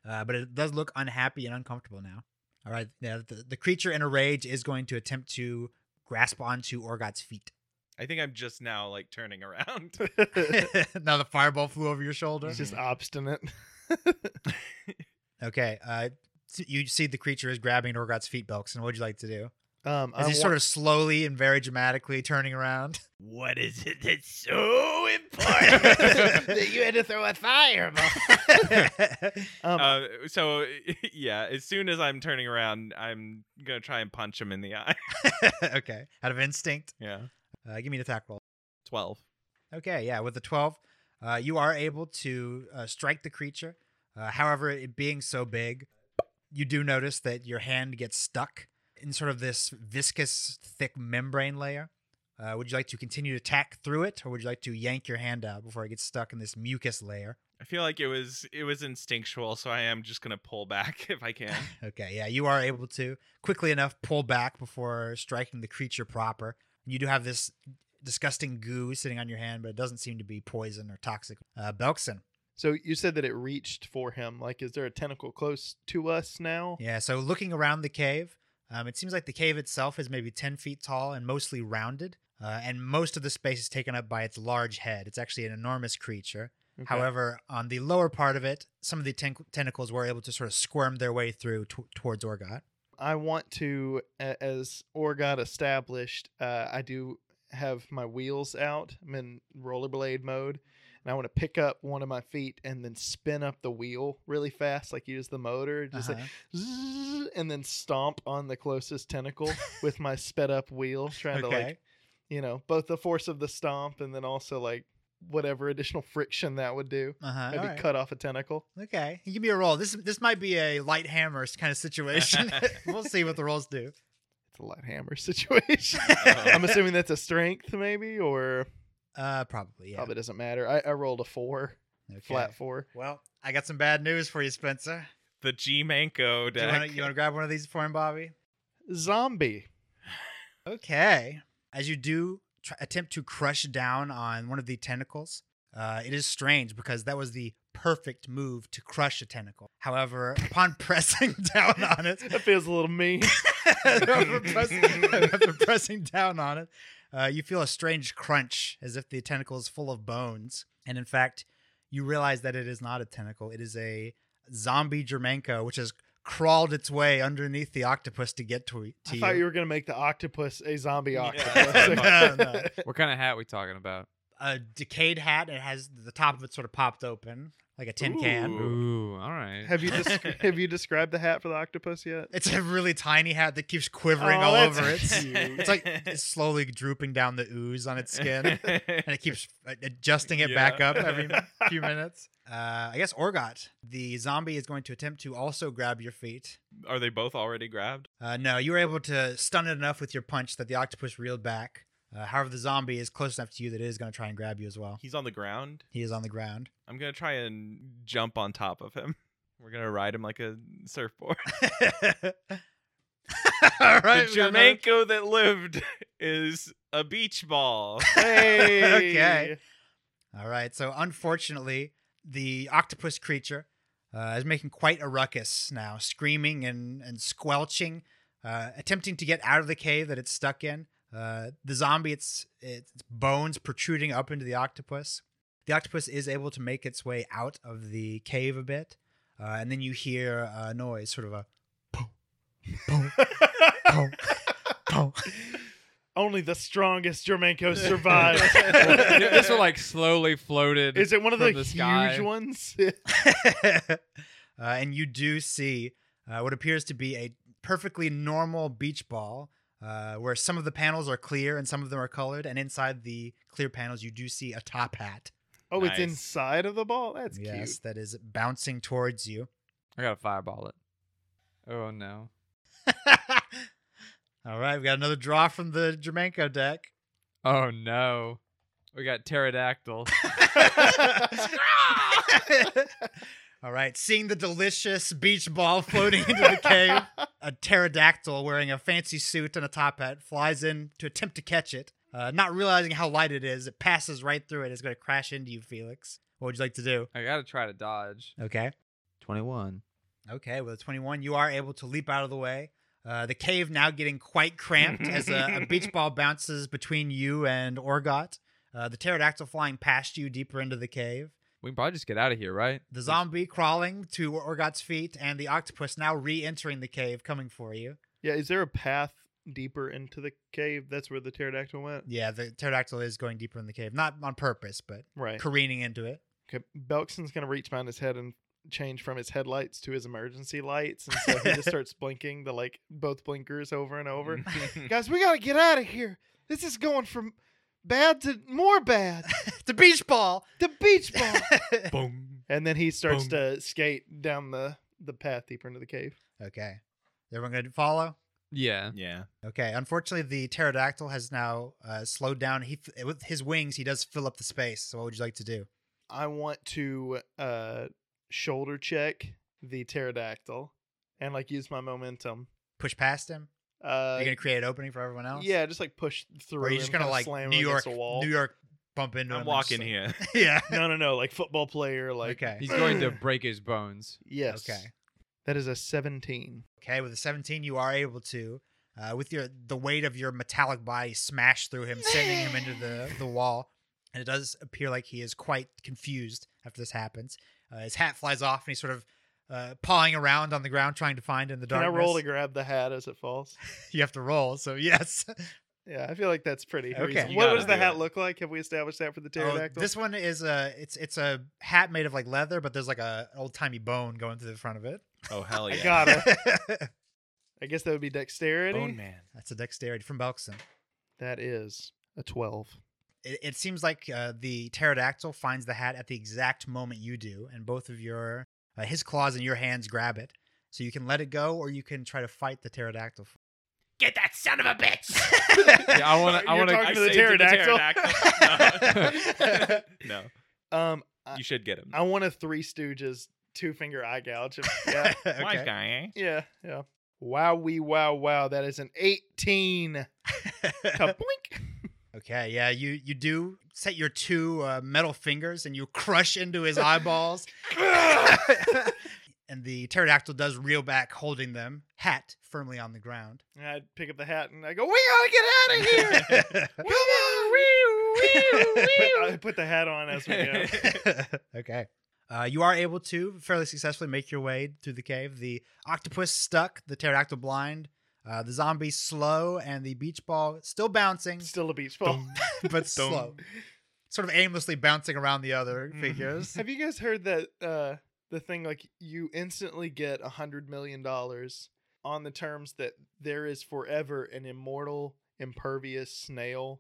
B: Uh, but it does look unhappy and uncomfortable now. All right. Now, the, the creature in a rage is going to attempt to grasp onto Orgot's feet. [laughs]
C: I think I'm just now like turning around.
B: now the fireball flew over your shoulder.
D: He's just obstinate. [laughs]
B: Okay. Uh, so you see the creature is grabbing Orgot's feet, Belkson. What would you like to do?
D: um,
B: As
D: I
B: he's
D: wa-
B: sort of slowly and very dramatically turning
D: [laughs]
B: around. [laughs]
F: What is it that's [laughs] so important that you had to throw a [laughs] fireball?
D: um,
C: Uh, so [laughs] yeah, as soon as I'm turning around, I'm gonna try and punch him in the [laughs] eye.
B: okay. Out of instinct,
C: Yeah,
B: uh, give me an attack roll.
C: twelve.
B: Okay, yeah, with the 12, uh, you are able to uh, strike the creature. Uh, however, it being so big, you do notice that your hand gets stuck in sort of this viscous, thick membrane layer. Uh, would you like to continue to tack through it, or would you like to yank your hand out before it gets stuck in this mucus layer?
C: I feel like it was it was instinctual, so I am just gonna pull back [laughs] if
B: [laughs]
C: I can.
B: Okay, yeah, you are able to quickly enough pull back before striking the creature proper. You do have this disgusting goo sitting on your hand, but it doesn't seem to be poison or toxic. Uh, Belkson.
D: so you said that it reached for him. Like, is there a tentacle close to us now?
B: Yeah, so looking around the cave, um, it seems like the cave itself is maybe 10 feet tall and mostly rounded, uh, and most of the space is taken up by its large head. It's actually an enormous creature.
D: Okay.
B: However, on the lower part of it, some of the ten- tentacles were able to sort of squirm their way through t- towards Orgot.
D: I want to, a- as Orgot established, uh, I do have my wheels out. I'm in rollerblade mode, and I want to pick up one of my feet and then spin up the wheel really fast, like use the motor, just like
B: Uh-huh.
D: zzz, and then stomp on the closest tentacle with my sped up
B: [laughs]
D: wheel, trying to like,
B: Okay.
D: you know, both the force of the stomp and then also like whatever additional friction that would do.
B: Uh-huh.
D: Maybe
B: all right.
D: cut off a tentacle.
B: Okay, give me a roll. This this might be a light hammer kind of
D: [laughs]
B: situation. [laughs] we'll see what the rolls do.
D: It's a light
B: [laughs]
D: hammer [laughs] situation.
C: Uh,
D: I'm assuming that's a strength, maybe, or
B: Uh, probably. Yeah.
D: probably doesn't matter. I, I rolled a four,
B: Okay.
D: flat four.
B: Well, I got some bad news for you, Spencer.
C: the G Manko
B: Do you wanna-
C: deck. [laughs]
B: you want to grab one of these for him, Bobby?
D: Zombie.
B: Okay. As you do tr- attempt to crush down on one of the tentacles, uh, it is strange because that was the perfect move to crush a tentacle. However, upon [laughs] pressing down on it,
D: That feels a
B: [laughs]
D: little mean.
B: after, pressing,
D: [laughs]
B: after pressing down on it, uh, you feel a strange crunch as if the tentacle is full of bones. And in fact, you realize that it is not a tentacle, it is a zombie Germanko, which has crawled its way underneath the octopus to get to, to
D: I thought you were gonna make the octopus a zombie
C: Yeah,
D: octopus.
C: that's what I
B: thought. [laughs] No, no.
E: What kind of hat we talking about?
B: a decayed hat. It has the top of it sort of popped open like a tin
C: Ooh.
B: can.
E: Ooh, all right.
D: [laughs]
E: [laughs]
D: have you desc have you described the hat for the octopus yet?
B: It's a really tiny hat that keeps quivering
D: Oh,
B: all
D: that's
B: over it.
D: [laughs]
B: [laughs]
D: cute.
B: It's like it's slowly drooping down the ooze on its skin,
D: [laughs]
B: and it keeps uh, adjusting it back
C: Yeah.
B: up
C: [laughs]
B: every few minutes. Uh, I guess Orgot, the zombie, is going to attempt to also grab your feet.
C: Are they both already grabbed?
B: Uh, no, you were able to stun it enough with your punch that the octopus reeled back. Uh, however, the zombie is close enough to you that it is going to try and grab you as well.
C: He's on the ground.
B: He is on the ground. [laughs]
C: I'm gonna try and jump on top of him. [laughs] We're gonna ride him like a
D: [laughs]
C: surfboard.
B: All right,
C: the
B: we got another-
C: Jamaico that lived [laughs] is a beach
D: [laughs]
C: ball.
D: Hey.
B: Okay. All right. So unfortunately, the octopus creature uh, is making quite a ruckus now, screaming and and squelching, uh, attempting to get out of the cave that it's stuck in. Uh, the zombie, its its bones protruding up into the octopus. The octopus is able to make its way out of the cave a bit, uh, and then you hear a noise, sort of a pow, pow, pow, pow.
D: [laughs] Only the
B: [laughs]
D: strongest Jermanko survives. [laughs]
E: this one like slowly floated.
D: Is it one of the,
E: from the
D: huge
E: sky.
D: ones? [laughs]
B: [laughs] uh, and you do see uh, what appears to be a perfectly normal beach ball, uh, where some of the panels are clear and some of them are colored. And inside the clear panels, you do see a top hat.
D: Oh,
C: Nice.
D: it's inside of the ball. That's
B: yes, that is bouncing towards you. [laughs]
E: I gotta fireball it. Oh no.
B: All right, we got another draw from the Jermanko deck. [laughs]
E: Oh no. We got pterodactyl.
B: [laughs] All right, seeing the delicious beach ball floating into
D: [laughs]
B: the cave, a pterodactyl wearing a fancy suit and a top hat flies in to attempt to catch it. Uh, not realizing how light it is, it passes right through it. It's going to crash into you, Felix. What would you like to do?
E: I gotta try to dodge.
B: Okay.
E: Twenty-one.
B: Okay, with a 21, you are able to leap out of the way. Uh, the cave now getting quite cramped as a, a beach ball bounces between you and Orgot. Uh, the pterodactyl flying past you deeper into the cave.
E: We can probably just get out of here, right?
B: The zombie crawling to Orgot's feet, and the octopus now re entering the cave, coming for you.
D: Yeah, is there a path deeper into the cave? That's where the pterodactyl went.
B: Yeah, the pterodactyl is going deeper in the cave. Not on purpose, but
D: Right.
B: careening into it. [laughs]
D: Okay. Belkson's gonna reach behind his head and change from his headlights to his emergency lights, and so
B: [laughs]
D: he just starts blinking the like both blinkers over and over.
B: Mm-hmm.
D: Guys, we gotta get out of here. This is going from bad to more bad.
B: The beach ball! [laughs]
D: The beach ball.
C: Boom.
D: and then he starts
C: Boom.
D: to skate down the the path deeper into the cave.
B: Okay. Everyone going to follow?
E: Yeah.
C: [laughs] Yeah.
B: Okay. Unfortunately, the pterodactyl has now uh, slowed down. He f- with his wings, he does fill up the space. So, what would you like to do?
D: I want to uh shoulder check the pterodactyl and like use my momentum.
B: Push past him?
D: Uh
B: You're gonna create an opening for everyone else?
D: yeah, just like push through.
B: Or are you
D: him,
B: just gonna
D: kinda
B: like
D: slam
B: New
D: him
B: York,
D: against a wall?
B: New York, bump into him?
C: I'm
B: and
C: walking
B: just-
D: [laughs]
C: here.
B: [laughs] yeah.
D: No, no, no. Like football player. Like [clears throat]
B: okay.
E: He's going to break his bones.
D: yes.
B: Okay.
D: That is a seventeen.
B: Okay. With a 17, you are able to, uh, with your the weight of your metallic body, smash through him, sending him into the the wall. And it does appear like he is quite confused after this happens. Uh, his hat flies off, and he's sort of uh, pawing around on the ground, trying to find in the
D: Can I
B: darkness.
D: roll to grab the hat as it falls?
B: [laughs] You have to roll. So yes.
D: Yeah, I feel like that's pretty.
B: Okay.
D: reasonable.
C: You
D: What
C: gotta
D: does the
C: do
D: hat
C: it.
D: look like? Have we established that for the
B: Oh,
D: pterodactyl?
B: this one is a it's it's a hat made of like leather, but there's like a old timey bone going through the front of it.
C: Oh hell
D: I
C: yeah.
D: got it. I guess that would be dexterity.
C: Bone man.
B: [laughs] That's a dexterity from Belkson.
D: That is a twelve.
B: It, it seems like uh, the pterodactyl finds the hat at the exact moment you do, and both of your uh, his claws and your hands grab it. So you can let it go, or you can try to fight the pterodactyl.
F: Get that son of a bitch! [laughs]
E: Yeah, I want to. I
D: [laughs] You're
E: want
D: talking
E: to.
C: I
D: to the
C: saved
D: [laughs]
B: [laughs]
D: pterodactyl.
C: no.
D: Um,
C: No.
D: I,
C: You should get him.
D: I want a Three Stooges two finger eye gouge. [laughs] Yeah,
C: Wise
B: [laughs] okay.
C: guy, eh?
D: yeah, yeah. Wow, we wow, wow. That is an eighteen. [laughs] Kaboink.
B: [laughs] Okay, yeah, you you do set your two uh, metal fingers and you crush into his eyeballs. and the pterodactyl does reel back, holding them, hat firmly on the ground. [laughs]
D: And I pick up the hat and I go, "We gotta get out of here!" [laughs] [laughs] Come on, [laughs] I put the hat on as we go.
B: [laughs] okay. Uh, you are able to fairly successfully make your way through the cave. The octopus stuck, the pterodactyl blind, uh, the zombie slow, and the beach ball still [laughs] bouncing,
D: [laughs] Still a beach ball.
B: but slow. Sort of aimlessly bouncing around the other [laughs]
C: Mhm.
B: figures.
D: Have you guys heard that uh, the thing like you instantly get a hundred million dollars on the terms that there is forever an immortal, impervious snail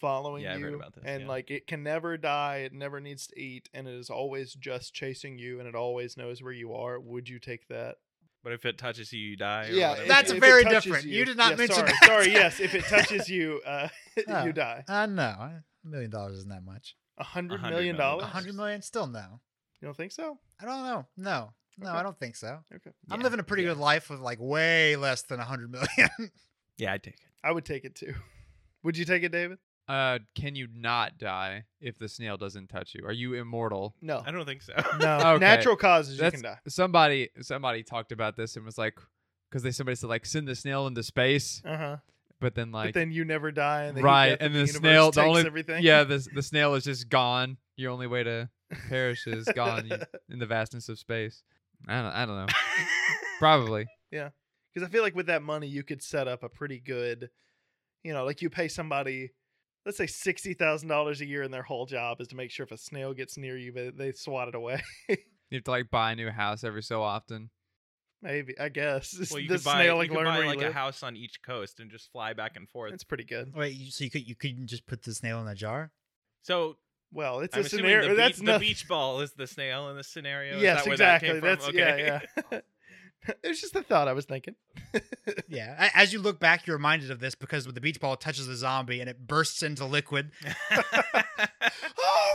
D: following
C: Yeah, I've
D: you,
C: heard about this,
D: and
C: yeah.
D: like it can never die, it never needs to eat, and it is always just chasing you, and it always knows where you are. Would you take that?
C: But if it touches you, you die. or
D: yeah,
C: whatever.
D: if-
B: That's
D: if it
B: very
D: touches
B: different. You did not
D: yeah,
B: mention
D: sorry,
B: that.
D: Sorry,
B: [laughs]
D: yes, if it touches you, uh, [laughs]
B: Oh.
D: you die.
B: Uh, no, a million dollars isn't that much.
D: A hundred
C: $100
D: million
B: A
D: dollars.
C: Dollars.
B: hundred million, still no.
D: You don't think so?
B: I don't know. No, no,
D: Okay.
B: I don't think so.
D: Okay.
B: I'm
C: Yeah,
B: living a pretty
C: yeah.
B: good life with like way less than a hundred million. [laughs]
C: Yeah, I take it.
D: I would take it too. [laughs] Would you take it, David?
E: Uh, can you not die if the snail doesn't touch you? Are you immortal?
D: No.
C: I don't think
D: [laughs]
C: so. [laughs]
D: No,
E: Okay.
D: natural causes you
E: That's-
D: can die.
E: Somebody, somebody talked about this and was like, because they somebody said like send the snail into space,
D: Uh huh.
E: but then like
D: But then you never die, and the heat
E: right,
D: death of
E: and
D: the,
E: the
D: universe
E: snail, the
D: takes
E: only
D: everything. [laughs]
E: yeah, the the snail is just gone. Your only way to perish
D: [laughs]
E: is gone in the vastness of space. I don't, I don't know. Probably.
D: because I feel like with that money you could set up a pretty good, you know, like you pay somebody, let's say sixty thousand dollars a year, and their whole job is to make sure if a snail gets near you, they, they swat it away. [laughs]
E: You have to like buy a new house every so often.
D: Maybe I guess [laughs]
C: Well, you
D: the
C: could buy,
D: snail
C: you
D: like
C: could
D: learn
C: buy,
D: where you
C: like a
D: live.
C: house on each coast and just fly back and forth.
D: It's pretty good.
B: Wait, you, so you could you couldn't just put the snail in a jar?
C: So
D: Well, it's
C: I'm
D: a
C: assuming
D: scenario.
C: the,
D: that's
C: beach, the
D: nothing.
C: beach ball is the snail in this scenario.
D: yes,
C: is that
D: exactly.
C: Where that
D: that's
C: came from? Okay.
D: yeah, yeah. [laughs] it was just a thought I was thinking.
C: [laughs]
B: Yeah. A- As you look back, you're reminded of this because with the beach ball, it touches the zombie and it bursts into liquid.
C: [laughs]
D: [laughs] oh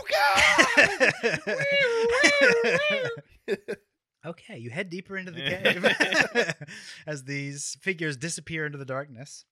B: [laughs] okay, you head deeper into the cave as these figures disappear into the darkness.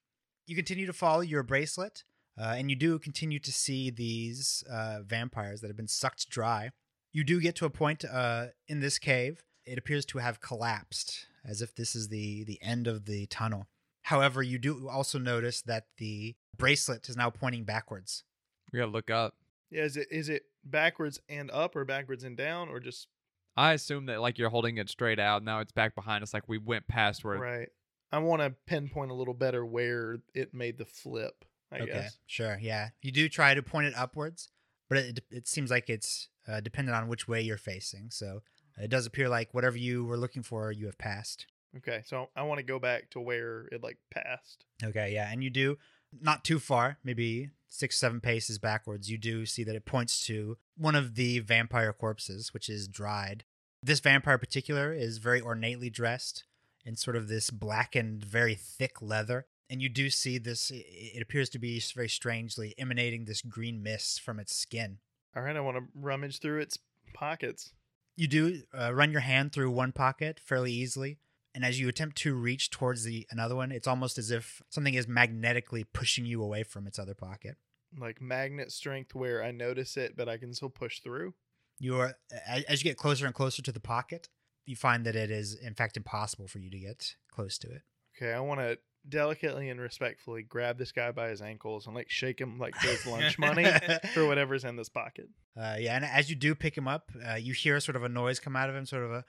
B: You continue to follow your bracelet, uh, and you do continue to see these uh, vampires that have been sucked dry. You do get to a point uh, in this cave. It appears to have collapsed, as if this is the the end of the tunnel. However, you do also notice that the bracelet is now pointing backwards.
E: We gotta look up.
D: Yeah, is it is it backwards and up or backwards and down or just
E: I assume that like you're holding it straight out. Now it's back behind us. Like we went past where.
D: right? I want to pinpoint a little better where it made the flip. I guess.
B: sure, yeah. You do try to point it upwards, but it it seems like it's uh, dependent on which way you're facing. So uh, it does appear like whatever you were looking for, you have passed.
D: Okay, so I want to go back to where it like passed.
B: Okay, yeah, and you do not too far, maybe six, seven paces backwards. You do see that it points to one of the vampire corpses, which is dried. This vampire in particular is very ornately dressed in sort of this blackened, very thick leather. And you do see this, i- it appears to be very strangely emanating this green mist from its skin.
D: All right, I want to rummage through its pockets.
B: You do uh, run your hand through one pocket fairly easily. And as you attempt to reach towards the another one, it's almost as if something is magnetically pushing you away from its other pocket.
D: Like magnet strength where I notice it but I can still push through.
B: you are a- as you get closer and closer to the pocket you find that it is in fact impossible for you to get close to it
D: Okay, I want to delicately and respectfully grab this guy by his ankles and like shake him like for his lunch [laughs] money for whatever's in this pocket.
B: uh, yeah and as you do pick him up uh, you hear sort of a noise come out of him sort of a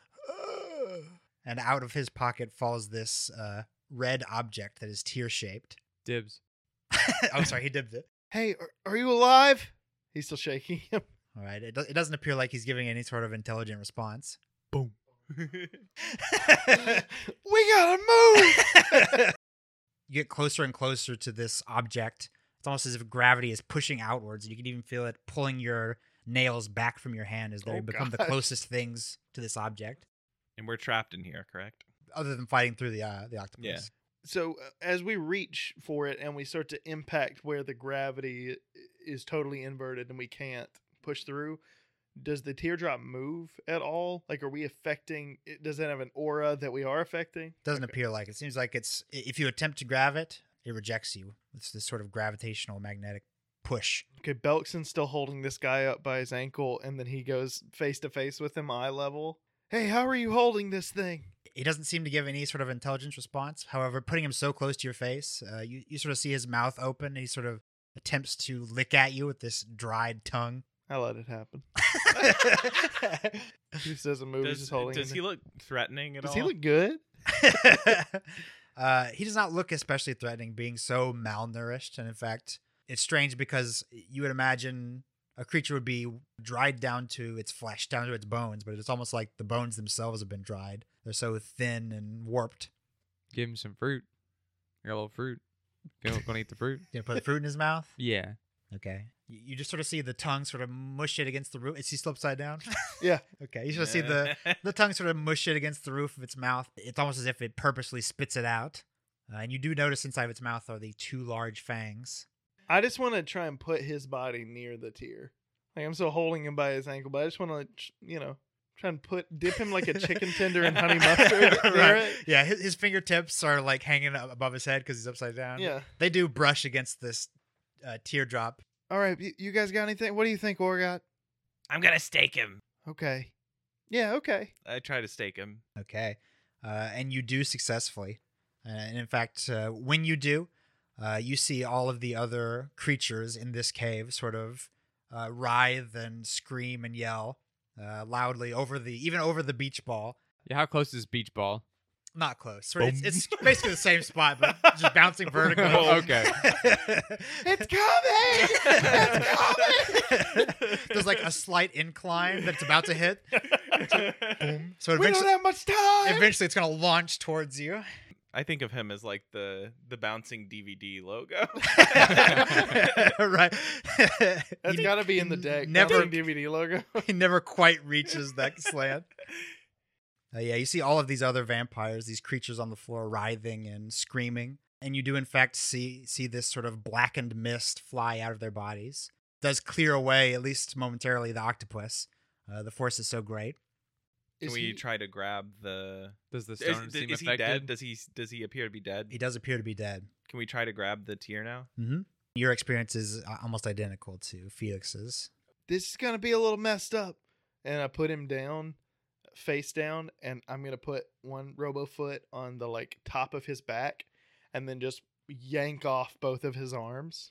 B: and out of his pocket falls this uh, red object that is tear [laughs] shaped
E: Dibs.
B: oh sorry he dipped it
D: Hey, are, are you alive? He's still shaking [laughs] him.
B: all right it, do- it doesn't appear like he's giving any sort of intelligent response [laughs] boom
D: we gotta move.
B: [laughs] you get closer and closer to this object. It's almost as if gravity is pushing outwards, and you can even feel it pulling your nails back from your hand as they
D: Oh,
B: become the
D: God.
B: closest things to this object,
C: And we're trapped in here, correct?
B: other than fighting through the uh, the octopus.
C: Yeah.
D: so uh, as we reach for it and we start to impact where the gravity i- is totally inverted and we can't push through does the teardrop move at all like are we affecting it does it have an aura that we are affecting
B: Doesn't
D: Okay.
B: appear like it. Seems like it's i- if you attempt to grab it, it rejects you. It's this sort of gravitational magnetic push.
D: okay belkson's still holding this guy up by his ankle and then he goes face to face with him eye level hey how are you holding this thing
B: He doesn't seem to give any sort of intelligence response. However, putting him so close to your face, uh, you you sort of see his mouth open. And he sort of attempts to lick at you with this dried tongue. [laughs]
D: i let it happen [laughs] he doesn't move he's
C: Does,
D: just holding
C: does
D: him
C: he
D: there.
C: look threatening at
D: does
C: all?
D: he look good
B: uh, he does not look especially threatening, being so malnourished. And in fact, it's strange because you would imagine a creature would be dried down to its flesh, down to its bones, but it's almost like the bones themselves have been dried. They're so thin and warped.
E: Give him some fruit. I got a little fruit. Go, gonna eat the fruit.
B: You know, put fruit in his mouth.
E: Yeah.
B: Okay. You you just sort of see the tongue sort of mush it against the roof. Is he still upside down?
D: Yeah.
B: Okay. You sort of see the the tongue sort of mush it against the roof of its mouth. It's almost as if it purposely spits it out. Uh, and you do notice inside of its mouth are the two large fangs.
D: I just want to try and put his body near the tear. Like I'm still holding him by his ankle, but I just want to, you know, try and put dip him like a chicken tender
B: [laughs]
D: in honey [laughs] mustard near
B: Right.
D: it.
B: Yeah, his, his fingertips are like hanging up above his head because he's upside down.
D: Yeah.
B: They do brush against this uh, teardrop.
D: All right. You, you guys got anything? What do you think, Orgot?
A: I'm gonna stake him.
D: Okay. Yeah. [laughs] Okay.
C: I try to stake
D: [laughs]
C: him.
B: Okay. Uh, and you do successfully. Uh, and in fact, uh, when you do, uh, you see all of the other creatures in this cave sort of uh, writhe and scream and yell uh, loudly over the, even over the beach ball.
E: Yeah. How close is beach ball? [laughs]
B: Not close. Sort of- It's, it's basically the same spot, but
D: [laughs]
B: just bouncing vertical.
C: Oh.
E: Okay.
D: It's coming.
B: [laughs]
D: [laughs]
B: There's like a slight incline that it's about to hit. Boom. So
D: we don't
B: eventually,
D: have much time.
B: eventually it's going to launch towards you.
C: [laughs] I think of him as like the the bouncing DVD logo.
B: [laughs] right.
D: That's
B: he,
D: got to be in the deck.
B: never-
D: Never DVD logo.
B: [laughs] he never quite reaches that slant. Uh, yeah, you see all of these other vampires, these creatures on the floor writhing and screaming, and you do in fact see see this sort of blackened mist fly out of their bodies. Does clear away at least momentarily the octopus. Uh, the force is so great.
C: Can
D: [laughs] Is
C: we
D: he-
C: try to grab the?
E: Does the
C: Is,
E: stone
C: is-
E: seem
C: is he
E: affected?
C: dead? Does he does he appear to be dead?
B: He does appear to be dead.
C: Can we try to grab the tear now?
B: hmm Your experience is uh, almost identical to Felix's.
D: this is gonna be a little messed up. and I put him down face down and I'm gonna put one robo foot on the like top of his back and then just yank off both of his arms.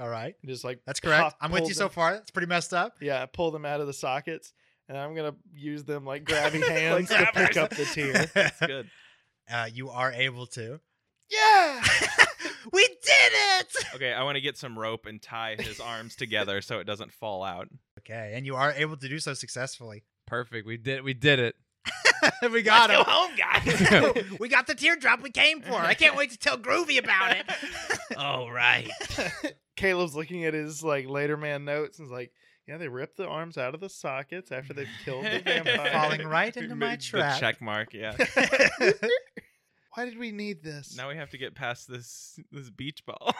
B: All right.
D: And just like
B: That's correct.
D: pop-
B: I'm with
D: pull
B: you so
D: them-
B: far. It's pretty messed up.
D: Yeah, pull them out of the sockets and I'm gonna use them
B: [laughs]
D: like grabby hands to pick up the tear.
C: That's good.
B: Uh, you are able to.
D: Yeah.
B: [laughs] we did it.
C: Okay, I want to get some rope and tie his arms together so it doesn't fall out.
B: Okay, and you are able to do so successfully. [laughs]
E: Perfect. We did. We did it.
B: we got
F: Go
B: him.
F: [laughs] home, guys. [laughs]
B: we got the teardrop we came for. I can't wait to tell Groovy about [laughs] it.
F: [laughs] All right.
D: Caleb's looking at his like later man notes and is like, yeah, they ripped the arms out of the sockets after they've
B: [laughs]
D: killed the vampire.
B: Falling right into my
C: The
B: trap.
C: [laughs] check
B: [laughs]
C: mark, yeah.
D: Why did we need this?
C: now we have to get past this this beach ball.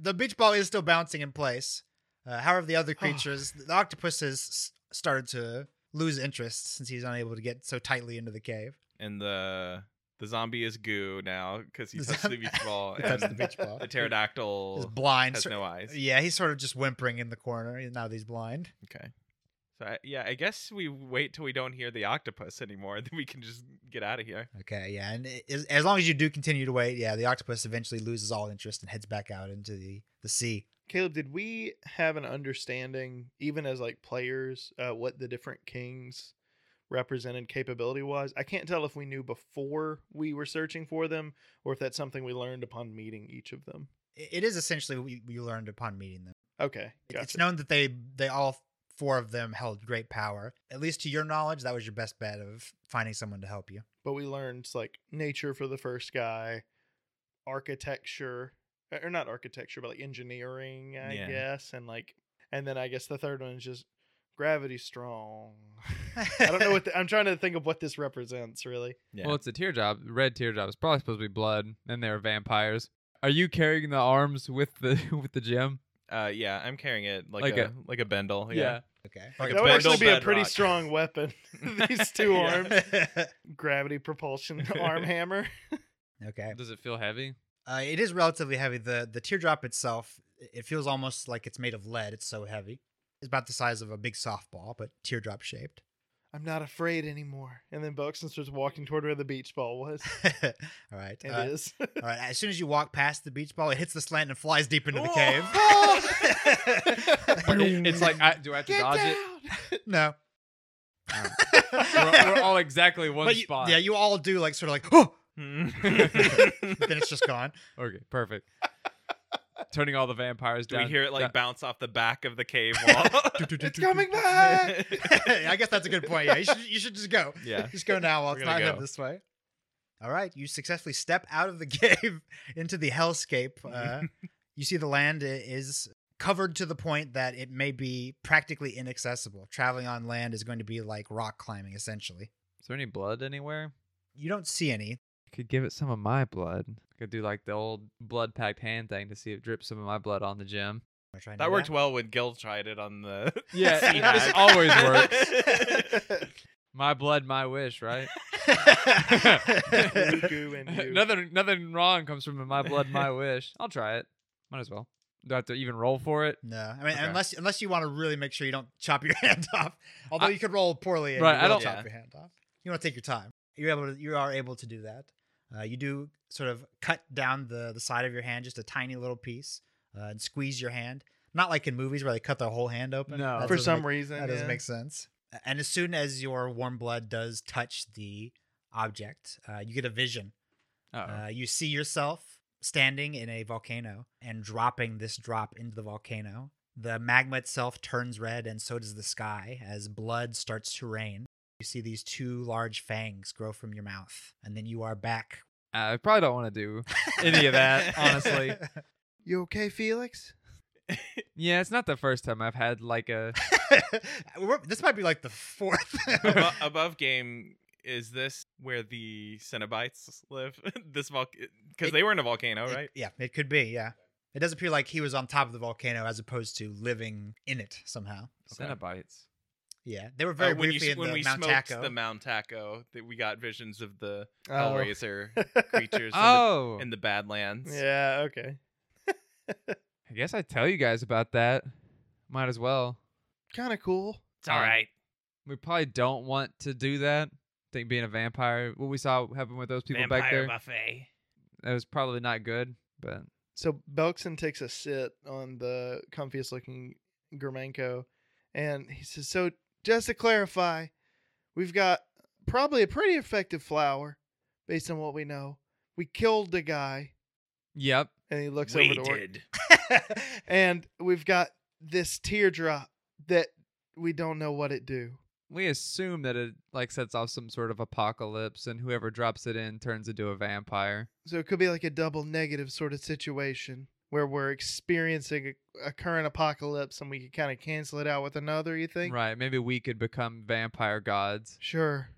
B: the beach ball is still bouncing in place. Uh, however, the other creatures, the octopus has s- started to lose interest since he's unable to get so tightly into the cave.
C: and the the zombie is goo now because he
B: The
C: touched the
B: zombie-
C: beach
B: [laughs]
C: ball.
B: That's the
C: and
B: beach ball.
C: the
B: Is
C: pterodactyl
B: blind.
C: has
B: sor-
C: no eyes.
B: yeah, he's sort of just whimpering in the corner. Now that he's blind.
C: Okay. So I, yeah, I guess we wait till we don't hear the octopus anymore, [laughs] then we can just get out of here.
B: Okay, yeah, and i- as, as long as you do continue to wait, yeah, the octopus eventually loses all interest and heads back out into the the sea.
D: Caleb, did we have an understanding, even as like players, uh, what the different kings represented capability was? I can't tell if we knew before we were searching for them, or if that's something we learned upon meeting each of them.
B: I- It is essentially what you, you learned upon meeting them.
D: Okay,
B: It- It's
D: gotcha.
B: known that they they all four of them held great power. At least to your knowledge, that was your best bet of finding someone to help you.
D: but we learned like nature for the first guy, architecture, uh, or not architecture, but like engineering, I
C: Yeah.
D: guess, and like, and then I guess the third one is just gravity strong. [laughs]
B: [laughs]
D: I don't know what the, I'm trying to think of what this represents really.
C: Yeah.
E: Well, it's a teardrop. Red teardrop. It's probably supposed to be blood, and they were vampires. Are you carrying the arms with the [laughs] with the gem?
C: Uh, yeah, I'm carrying it like,
E: Like
C: a, like a bendle. Yeah.
B: okay.
C: Like
D: that
C: a
D: would actually
C: bundle
D: be a pretty
B: [laughs]
C: bedrock.
D: strong weapon. [laughs]
C: [laughs]
D: These two
C: Yeah.
D: arms,
C: [laughs]
D: gravity propulsion arm hammer.
B: okay.
E: Does it feel heavy?
B: Uh, it is relatively heavy. the The teardrop itself, i- it feels almost like it's made of lead. It's so heavy. It's about the size of a big softball, but teardrop shaped.
D: I'm not afraid anymore. And then Buxton starts walking toward where the beach
C: [laughs]
D: ball was.
B: [laughs] all right.
D: It
B: uh,
D: is. [laughs]
B: All right. As soon as you walk past the beach ball, it hits the slant and flies deep into the
C: Whoa. [laughs]
B: cave.
E: It- it's like, I, do I have to dodge it?
B: [laughs] no. Um,
E: We're, we're all exactly one
B: But you-
E: spot.
B: yeah, you all do like sort of like, oh,
C: Do
B: then it's just gone.
E: Okay, perfect.
C: [laughs]
E: Turning all the vampires down.
C: we hear it like
E: down-
C: bounce off the back of
E: [laughs]
C: the cave wall?
D: It's coming back.
B: I guess that's a good point. [laughs] Yeah, you should, you should just go.
C: [laughs]
E: [laughs]
C: yeah.
B: Just go now while
C: We're
B: it's not
C: gonna
B: headed
C: go.
B: this way. All right, you successfully step out of the [laughs] cave into the hellscape.
C: [laughs]
B: Uh, you see the land i- is covered to the point that it may be practically inaccessible. Traveling on land is going to be like rock climbing, essentially.
E: Is there any blood anywhere?
B: You don't see any.
E: I could give it some of my blood. I could do like the old blood packed hand thing to see if it drips some of my blood on the gem.
B: Wanna try and
C: That
B: do
C: worked well when Gil tried it on the. [laughs]
E: Yeah,
C: sea
E: it just
C: hack.
E: always
C: [laughs]
E: works. My blood, my wish, right?
D: Goo,
B: that?
D: goo, and
E: [laughs]
D: goo.
E: nothing, nothing wrong comes from my blood, my wish. I'll try it. Might as well. Do I have to even roll for it?
B: no, I mean
E: Okay.
B: unless unless you want to really make sure you don't chop your [laughs] hand off. Although
E: I-
B: you could roll poorly and
E: Right,
B: you
E: I
B: will
E: don't-
B: chop
C: Yeah.
B: your hand off. You want to take your time. You're able to, you are able to do that. Uh, you do sort of cut down the the side of your hand just a tiny little piece uh, and squeeze your hand. Not like in movies where they cut their whole hand open.
E: No.
B: That
D: for
B: doesn't
D: some
B: make-
D: reason.
B: that doesn't
D: yeah.
B: make sense. And as soon as your warm blood does touch the object, uh, you get a vision
E: Oh,
B: uh, you see yourself standing in a volcano and dropping this drop into the volcano. The magma itself turns red, and so does the sky as blood starts to rain. You see these two large fangs grow from your mouth, and then you are back.
E: I probably don't want to do any of
B: [laughs]
E: that, honestly.
D: You okay, Felix?
E: Yeah, it's not the first time I've had like a.
B: We're- this might be like the fourth.
C: [laughs] above, above game is this where the Cenobites live? [laughs] this volcano because they were in a volcano,
B: It-
C: right?
B: yeah, it could be. Yeah, it does appear like he was on top of the volcano as opposed to living in it somehow.
C: Okay.
E: Cenobites.
B: Yeah, they were
C: Uh,
B: very
C: when
B: briefly
C: you, s-
B: in
C: when
B: the
C: we
B: Mount
C: smoked
B: Taco.
C: the Mount Taco, that we got visions of the
B: [laughs]
D: Oh.
C: Hellraiser creatures
E: Oh,
C: in, the, in the Badlands.
D: [laughs] yeah, okay.
E: I guess I tell you guys about that. Might as well.
D: Kind of cool.
F: It's all
E: Um,
F: right.
E: We probably don't want to do that. I think being a vampire, what we saw happen with those people
F: Vampire
E: back there,
F: buffet.
E: that was probably not good. But
D: So Belkson takes a sit on the comfiest looking Germanko and he says, So just to clarify, we've got probably a pretty effective flower based on what we know. We killed the guy.
E: yep,
D: And he looks
F: we
D: over to Orc.
F: did.
D: [laughs] And we've got this teardrop that we don't know what it do.
E: we assume that it like sets off some sort of apocalypse, and whoever drops it in turns into a vampire.
D: So it could be like a double negative sort of situation where we're experiencing a, a current apocalypse and we could kind of cancel it out with another, you think?
E: Right? Maybe we could become vampire gods.
D: Sure.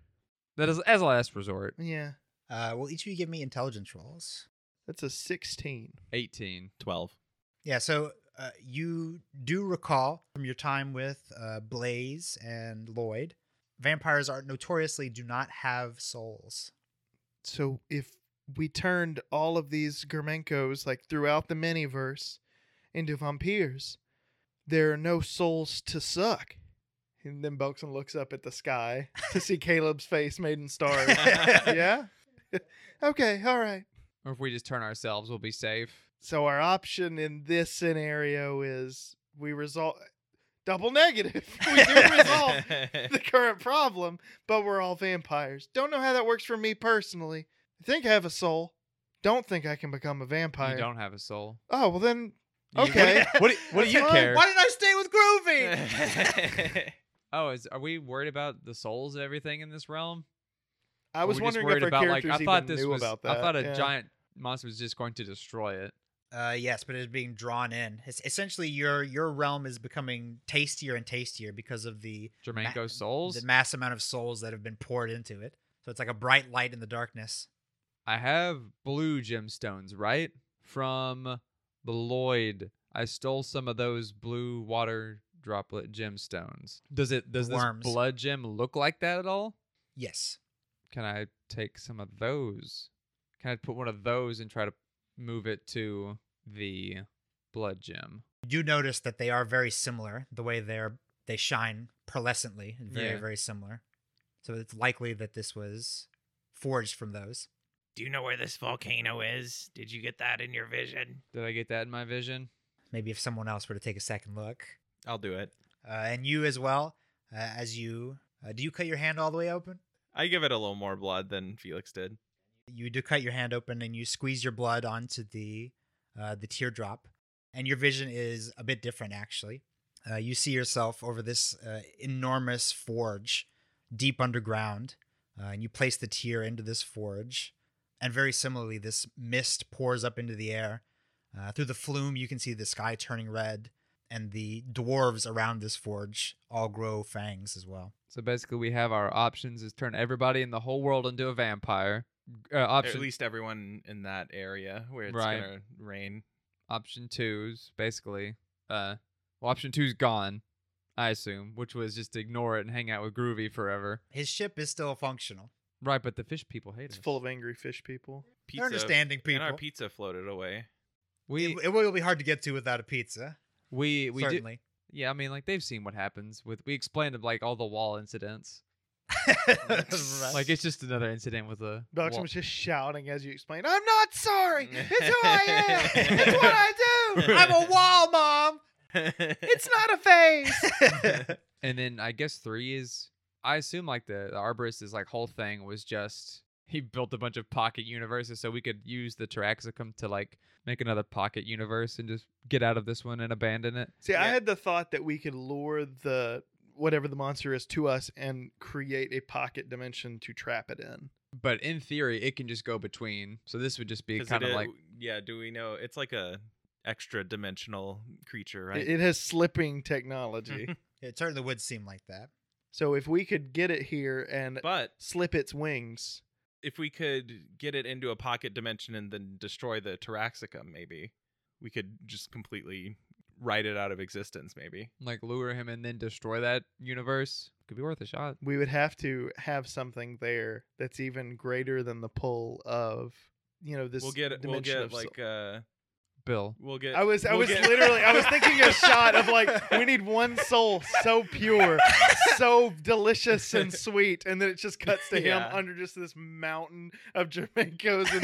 E: That is as a last resort.
D: Yeah.
B: Uh, well, each of you give me intelligence rolls.
D: That's a 16.
E: Eighteen.
B: [laughs]
C: [laughs] 12.
B: Yeah, so uh, you do recall from your time with uh, Blaze and Lloyd, vampires are notoriously do not have souls.
D: So if we turned all of these Germenkos, like throughout the miniverse, into vampires, there are no souls to suck. And then Belkson looks up at the sky to see Caleb's face made in stars. yeah? [laughs] okay, all right.
E: Or if we just turn ourselves, we'll be safe.
D: So our option in this scenario is we resolve double negative. [laughs] we do resolve
B: Oh.
D: [laughs] the current problem, but we're all vampires. Don't know how that works for me personally. I think I have a soul. Don't think I can become a vampire.
E: You don't have a soul.
D: Oh well, then
E: You-
D: Okay. [laughs]
E: What do, what do you
D: Fine.
E: care?
B: Why did I stay with
E: [laughs]
B: Groovy?
F: [laughs]
C: I
E: Oh, is are we worried about the souls of everything in this realm?
D: I was
E: We're just
D: wondering
E: worried
D: if our
E: about like
D: characters
E: I thought
D: even
E: this
D: knew
E: was
D: about that.
E: I thought a
D: Yeah.
E: giant monster was just going to destroy it.
B: Uh, yes, but it is being drawn in. It's, essentially, your your realm is becoming tastier and tastier because of the
E: Jermaine goes souls.
B: the mass amount of souls that have been poured into it. So it's like a bright light in the darkness.
E: I have blue gemstones, right? From the Lloyd. I stole some of those blue water droplet gemstones. Does it does
B: Worms.
E: this blood gem look like that at all?
B: Yes.
E: Can I take some of those? Can I put one of those and try to move it to the blood gem?
B: You do notice that they are very similar. The way they're they shine pearlescently, very
E: Yeah.
B: very similar. So it's likely that this was forged from those.
F: Do you know where this volcano is? Did you get that in your vision?
E: Did I get that in my vision?
B: Maybe if someone else were to take a second look,
C: will do it.
B: uh, and you as well, uh, as you uh, do you cut your hand all the way open?
C: I give it a little more blood than Felix did.
B: you do cut your hand open and you squeeze your blood onto the uh, the teardrop and your vision is a bit different actually uh, you see yourself over this uh, enormous forge deep underground uh, and you place the tear into this forge and very similarly this mist pours up into the air uh, through the flume you can see the sky turning red and the dwarves around this forge all grow fangs as well
E: So basically, we have our options: is turn everybody in the whole world into a vampire. Uh,
C: Or
E: option
C: At least everyone in that area where it's
E: Right.
C: gonna rain.
E: option two's basically uh, well, option two's gone, I assume, which was just to ignore it and hang out with Groovy forever.
B: his ship is still functional
E: Right, but the fish people hate
D: It's
E: us.
D: full of angry fish people.
B: They're understanding people
C: And our pizza floated
B: [laughs]
C: away. [laughs]
E: we
B: it, it will be hard to get to without a pizza
E: we we do.
B: certainly
E: Yeah, I mean, like they've seen what happens with. We explained like all the wall incidents.
B: Right.
E: Like it's just another incident with a.
D: Belkson
E: wall.
D: was just shouting as you explained. I'm
E: [laughs]
D: not sorry. It's who I am.
B: It's what I do. I'm a wall mom.
D: It's not a phase.
E: And then I guess three is I assume like the, the arborist's like whole thing was just [laughs] he built a bunch of pocket universes so we could use the Taraxacum to like make another pocket universe and just get out of this one and abandon it.
D: See, I
C: Yeah.
D: had the thought that we could lure the whatever the monster is to us and create a pocket dimension to trap it in.
E: But in theory, it can just go between. So this would just be
C: 'Cause
E: kind
C: it uh,
E: of
C: is-
E: like
C: yeah. Do we know? It's like a extra dimensional creature,
D: It-
C: right?
D: It has
C: [laughs]
D: slipping technology.
B: It certainly would seem like that.
D: so if we could get it here and
C: but
D: slip its wings,
C: if we could get it into a pocket dimension and then destroy the Taraxicum, maybe we could just completely write it out of existence. Maybe
E: like lure him and then destroy that universe. Could be worth a shot.
D: we would have to have something there that's even greater than the pull of you know this
C: we'll get
D: dimension
C: we'll get
D: of
C: like uh,
E: spill.
C: We'll get.
D: [laughs] I was I
C: we'll
D: was
C: get-
D: literally
C: [laughs]
D: I was thinking a shot of like we need one soul so pure, so delicious and sweet, and then it just cuts to
C: Yeah.
D: him under just this mountain of Jamaicos and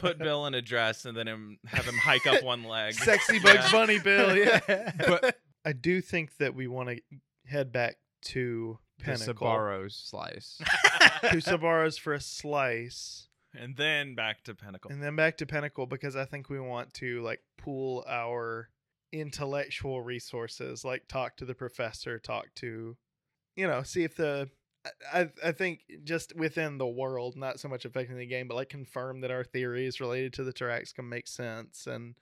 C: [laughs]
D: [laughs]
C: put Bill in a dress and then him have him hike up one leg. [laughs]
D: sexy Bugs
C: Yeah.
D: Bunny Bill. Yeah,
E: But
D: I do think that we want to head back to
E: the
D: Pinnacle
E: Sbarro
C: [laughs]
E: slice.
D: to Sabaros for a slice,
C: and then back to Pinnacle.
D: and then back to Pinnacle because I think we want to like pool our intellectual resources, like talk to the professor, talk to, you know, see if the I- I I think just within the world, not so much affecting the game, but like confirm that our theories related to the Tarax can make sense and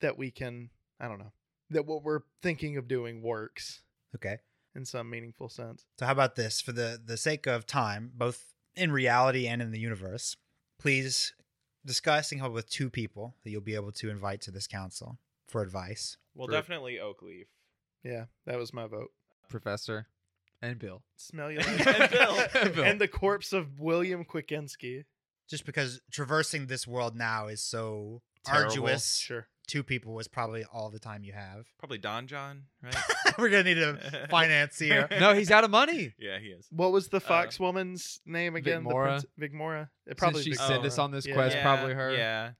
D: that we can I don't know that what we're thinking of doing works
B: Okay.
D: in some meaningful sense.
B: So how about this? For the the sake of time, both in reality and in the universe, please discuss and come up with two people that you'll be able to invite to this council for advice.
C: well,
D: Group.
C: definitely Oakleaf.
D: Yeah, that was my vote.
E: Professor and
C: [laughs]
E: Bill.
D: Smell you
C: And Bill.
E: Bill.
D: and the corpse of William Kwiatkowski.
B: Just because traversing this world now is so
E: Terrible.
B: arduous,
D: Sure.
B: two people is probably all the time you have. [laughs]
C: Probably Don John, right?
B: We're gonna
E: [laughs]
B: need a financier.
E: No, he's out of money.
C: [laughs] Yeah, he is.
D: What was the
C: Uh,
D: fox woman's name again?
E: Vigmora.
D: The Prince- Vigmora. It
E: Probably she
D: Vigmora.
E: sent us on this
D: Yeah.
E: quest,
C: yeah,
E: probably her.
C: Yeah,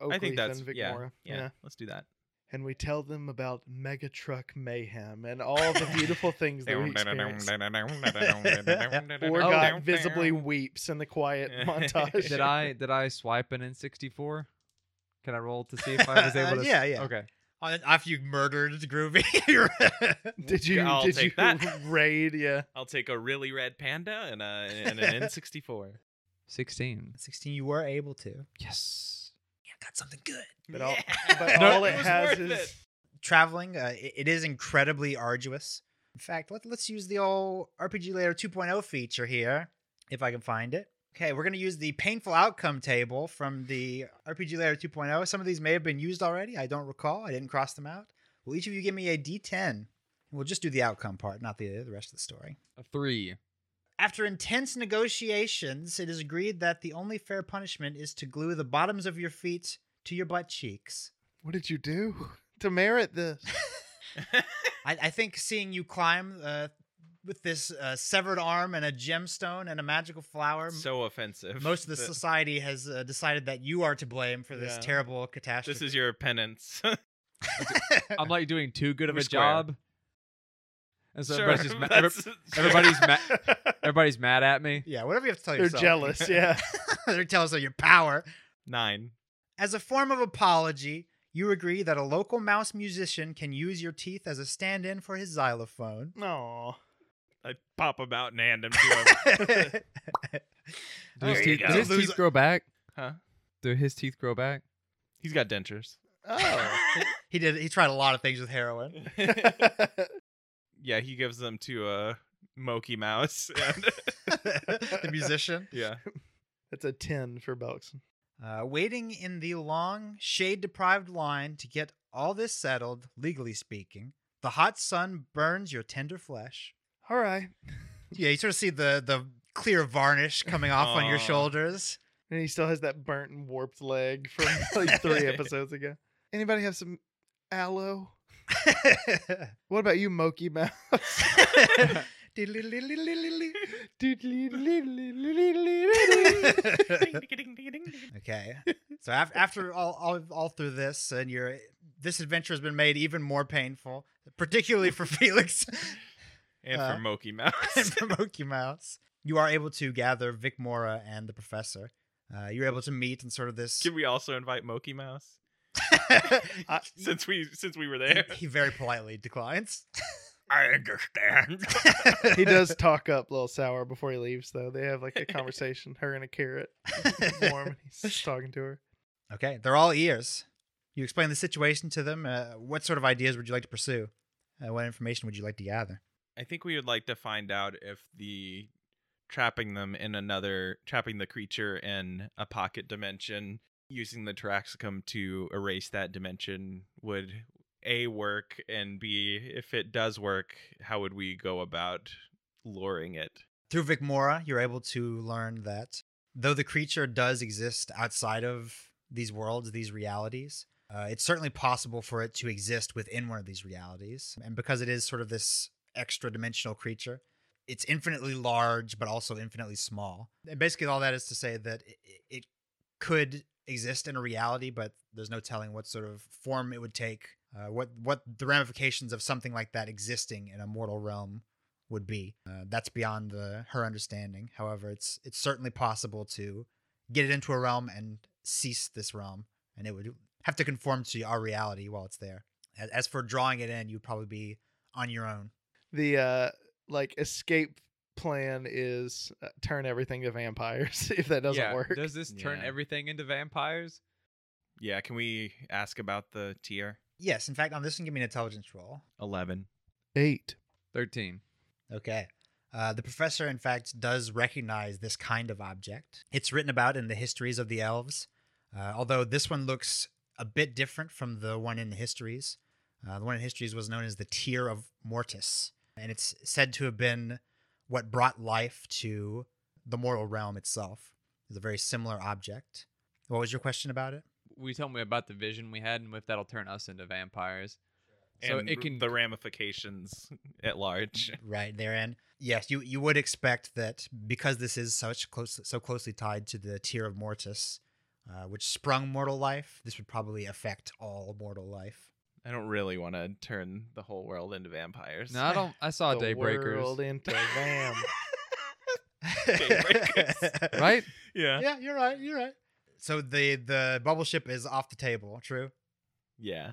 D: Oakleaf
C: I think that's
D: and Vigmora.
C: yeah, yeah, Let's do that.
D: And we tell them about Mega Truck Mayhem and all the beautiful things that we experienced. Poor
E: Oh.
D: guy visibly weeps in the quiet [laughs]
E: [laughs]
D: montage.
E: Did I did I swipe an N64? Can I roll to see if I
B: [laughs]
E: was able to?
B: Uh, Yeah, yeah.
E: Okay.
B: After you murdered Groovy, [laughs] you're-
D: Did you?
C: I'll
D: did
C: take
D: you
C: that.
D: [laughs] raid?
C: [laughs]
D: Yeah.
C: I'll take a really red panda and, a, and an N64.
E: 16.
B: 16, you were able to.
E: Yes.
B: Yeah, got something good.
D: But all,
C: Yeah.
D: but
E: No,
D: all
E: it
D: it,
C: was
D: has
C: worth
D: is
C: it.
B: traveling. Uh, it, it is incredibly arduous. In fact, let, let's use the old RPG Layer 2.0 feature here, if I can find it. Okay, we're going to use the painful outcome table from the RPG Layer 2.0. Some of these may have been used already. I don't recall. I didn't cross them out. Will each of you give me a D10? And we'll just do the outcome part, not the, the rest of the story.
E: A 3.
B: After intense negotiations, it is agreed that the only fair punishment is to glue the bottoms of your feet to your butt cheeks.
D: What did you do to
E: [laughs]
D: merit this?
B: I, I think seeing you climb uh, with this uh, severed arm and a gemstone and a magical flower, m-
C: so [laughs] offensive.
B: most of the
C: That-
B: society has uh, decided that you are to blame for this
D: Yeah.
B: terrible catastrophe.
C: This is your penance.
E: I'm like doing too good of
C: We're
E: a
C: square.
E: job. And so
C: [laughs] Sure,
E: everybody's, just ma-
C: that's-
E: everybody's ma- everybody's mad at me.
B: yeah, whatever you have to tell
D: They're
B: yourself. [laughs]
E: [laughs]
D: jealous. Yeah.
B: They're jealous of your power.
C: nine.
B: As a form of apology, you agree that a local mouse musician can use your teeth as a stand-in for his
C: [laughs]
B: xylophone. [laughs]
E: [laughs]
D: [laughs] No.
C: I pop them out and hand them to him.
E: Do his,
B: There you
E: teeth, do
B: go.
E: his teeth
B: Loser.
E: grow back?
C: huh?
E: Do his teeth grow back?
C: He's got dentures.
F: [laughs]
B: he did. He tried a lot of things with heroin.
C: yeah, he gives them to uh Moki Mouse. [laughs] And
B: the musician.
C: yeah.
D: That's a 10 for Belkson.
B: Uh, waiting in the long, shade deprived line to get all this settled, legally speaking. The hot sun burns your tender flesh.
D: All right.
B: Yeah, you sort of see the, the clear varnish coming off on your
C: Aw.
B: shoulders. [laughs]
D: And he still has that burnt and
E: [laughs]
D: warped leg from like three episodes ago. Anybody have some aloe? What about you,
E: [laughs]
D: Moki Mouse? [laughs]
B: okay. So after, after all, all all through this, and your this adventure has been made even more painful, particularly for [laughs] Felix.
C: And
B: Uh,
C: for Moki Mouse.
B: [laughs] and from Monkey Mouse. You are able to gather Vic Mora and the professor. Uh, you're able to meet in sort of this.
C: Can we also invite Moki Mouse?
B: I-
C: Since we since we were
B: he,
C: there.
B: he very politely declines.
C: I understand.
D: he does talk up Little Sour before he leaves, though. They have like a conversation, her and a carrot form. And he's talking to her.
B: okay, they're all ears. You explain the situation to them. Uh, what sort of ideas would you like to pursue? Uh, what information would you like to gather?
C: I think we would like to find out if the trapping them in another trapping the creature in a pocket dimension using the Taraxacum to erase that dimension would a work and b if it does work how would we go about luring it
B: Through Vic Mora, you're able to learn that though the creature does exist outside of these worlds, these realities. Uh, it's certainly possible for it to exist within one of these realities. And because it is sort of this extra dimensional creature, it's infinitely large, but also infinitely small. And basically, all that is to say that it, it could exist in a reality, but there's no telling what sort of form it would take, uh, what, what the ramifications of something like that existing in a mortal realm would be. Uh, that's beyond the, her understanding. However, it's it's certainly possible to get it into a realm and cease this realm, and it would have to conform to our reality while it's there. As, as for drawing it in, you'd probably be on your own.
D: The uh, like escape plan is uh, turn everything to vampires [laughs] if that doesn't
E: Yeah,
D: work.
E: Does this turn
C: Yeah.
E: everything into vampires?
C: Yeah, can we ask about the tier?
B: Yes, in fact, on this one, give me an intelligence roll.
C: 11.
D: Eight.
E: Thirteen.
B: Okay. Uh, the professor, in fact, does recognize this kind of object. It's written about in the histories of the elves, uh, although this one looks a bit different from the one in the histories. Uh, the one in histories was known as the Tear of Mortis, and it's said to have been what brought life to the mortal realm itself. It's a very similar object. What was your question about it?
E: We told me about the vision we had, and if that'll turn us into vampires. So
C: And
E: it can
C: the ramifications [laughs] at large.
B: right therein. Yes, you you would expect that because this is such close so closely tied to the tier of mortis, uh, which sprung mortal life, this would probably affect all mortal life.
C: [laughs] I don't really want to turn the whole world into vampires.
E: No, I don't. I saw
D: the
E: Daybreakers. [laughs]
D: world into vamp.
B: [laughs]
C: Daybreakers.
E: right?
C: [laughs] Yeah.
B: Yeah, you're right. You're right. So the the bubble ship is off the table. True,
C: Yeah.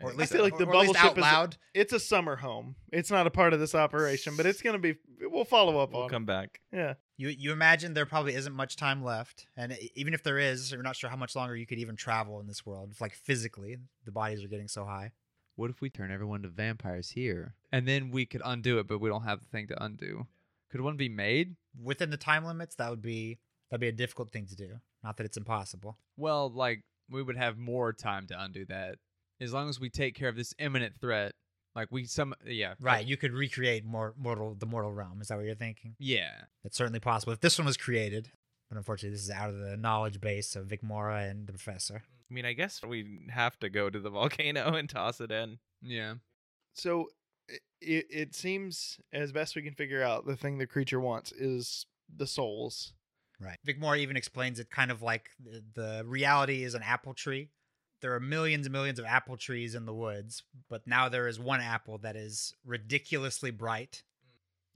C: I
B: or at
C: think
B: least
C: so.
D: feel like the
B: or at least
D: bubble ship
B: out
D: is-
B: loud.
D: it's a summer home. It's not a part of this operation, but it's gonna be. We'll follow up
C: we'll
D: on.
C: come back.
D: it. Yeah.
B: You you imagine there probably isn't much time left, and e- even if there is, you're not sure how much longer you could even travel in this world. Like physically, the bodies are getting so high.
E: What if we turn everyone to vampires here, and then we could undo it, but we don't have the thing to undo? Could one be made?
B: Within the time limits, that would be that'd be a difficult thing to do. Not that it's impossible.
E: Well, like we would have more time to undo that as long as we take care of this imminent threat. Like we some yeah
B: Right, you could recreate more mortal the mortal realm. Is that what you're thinking?
E: yeah
B: It's certainly possible. If this one was created, but unfortunately, this is out of the knowledge base of Vic Mora and the professor.
C: I mean, I guess we have to go to the [laughs] volcano and toss it in.
E: yeah
D: So it, it it seems as best we can figure out the thing the creature wants is the souls.
B: Right. Vic Mora even explains it kind of like the, the reality is an apple tree. There are millions and millions of apple trees in the woods, but now there is one apple that is ridiculously bright.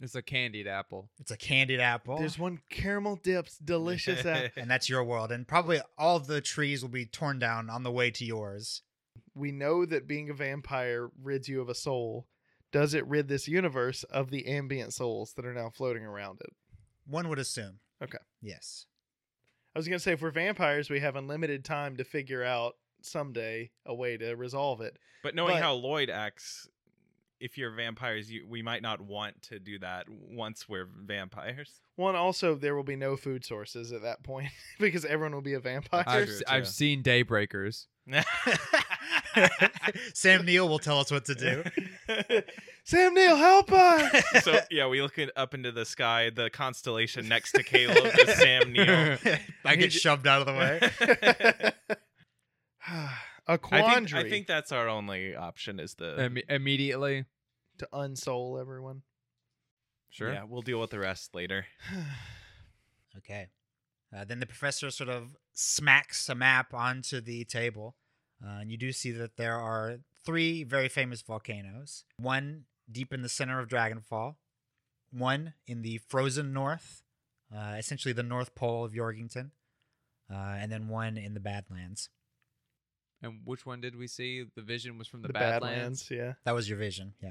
E: it's a candied apple.
B: It's a candied
C: Oh.
B: apple.
D: There's one caramel dipped delicious
C: [laughs]
D: apple.
B: and that's your world. And probably all the trees will be torn down on the way to yours.
D: We know that being a vampire rids you of a soul. Does it rid this universe of the ambient souls that are now floating around it?
B: One would assume.
D: Okay.
B: Yes.
D: I was gonna say if we're vampires, we have unlimited time to figure out someday a way to resolve it.
C: But knowing
D: But-
C: how Lloyd acts, if you're vampires, you, we might not want to do that once we're
D: [laughs]
C: vampires.
D: One also, there will be no food sources at that point [laughs] because everyone will be a vampire.
E: I've,
C: true,
E: s- I've
C: too.
E: seen Daybreakers.
B: Sam Neill will tell us what to
C: [laughs]
B: do.
D: Sam Neil, help us! [sighs]
C: so yeah, we look in- up into the sky. The constellation next to Caleb is Sam
D: [laughs]
C: Neill.
B: I get shoved out of the
C: [laughs]
B: way.
D: a
C: I
D: quandary
C: think, I think that's our only option is the
E: Imme- immediately,
D: to unsoul everyone.
E: sure.
C: Yeah, we'll deal with the rest later.
B: Okay. Uh, then the professor sort of smacks a map onto the table, uh, and you do see that there are three very famous volcanoes one deep in the center of Dragonfall, one in the frozen north, uh, essentially the North Pole of Yorgington, uh, and then one in the Badlands.
E: And which one did we see? The vision was from the,
D: the
E: Badlands.
D: Badlands, yeah.
B: That was your vision. Yeah.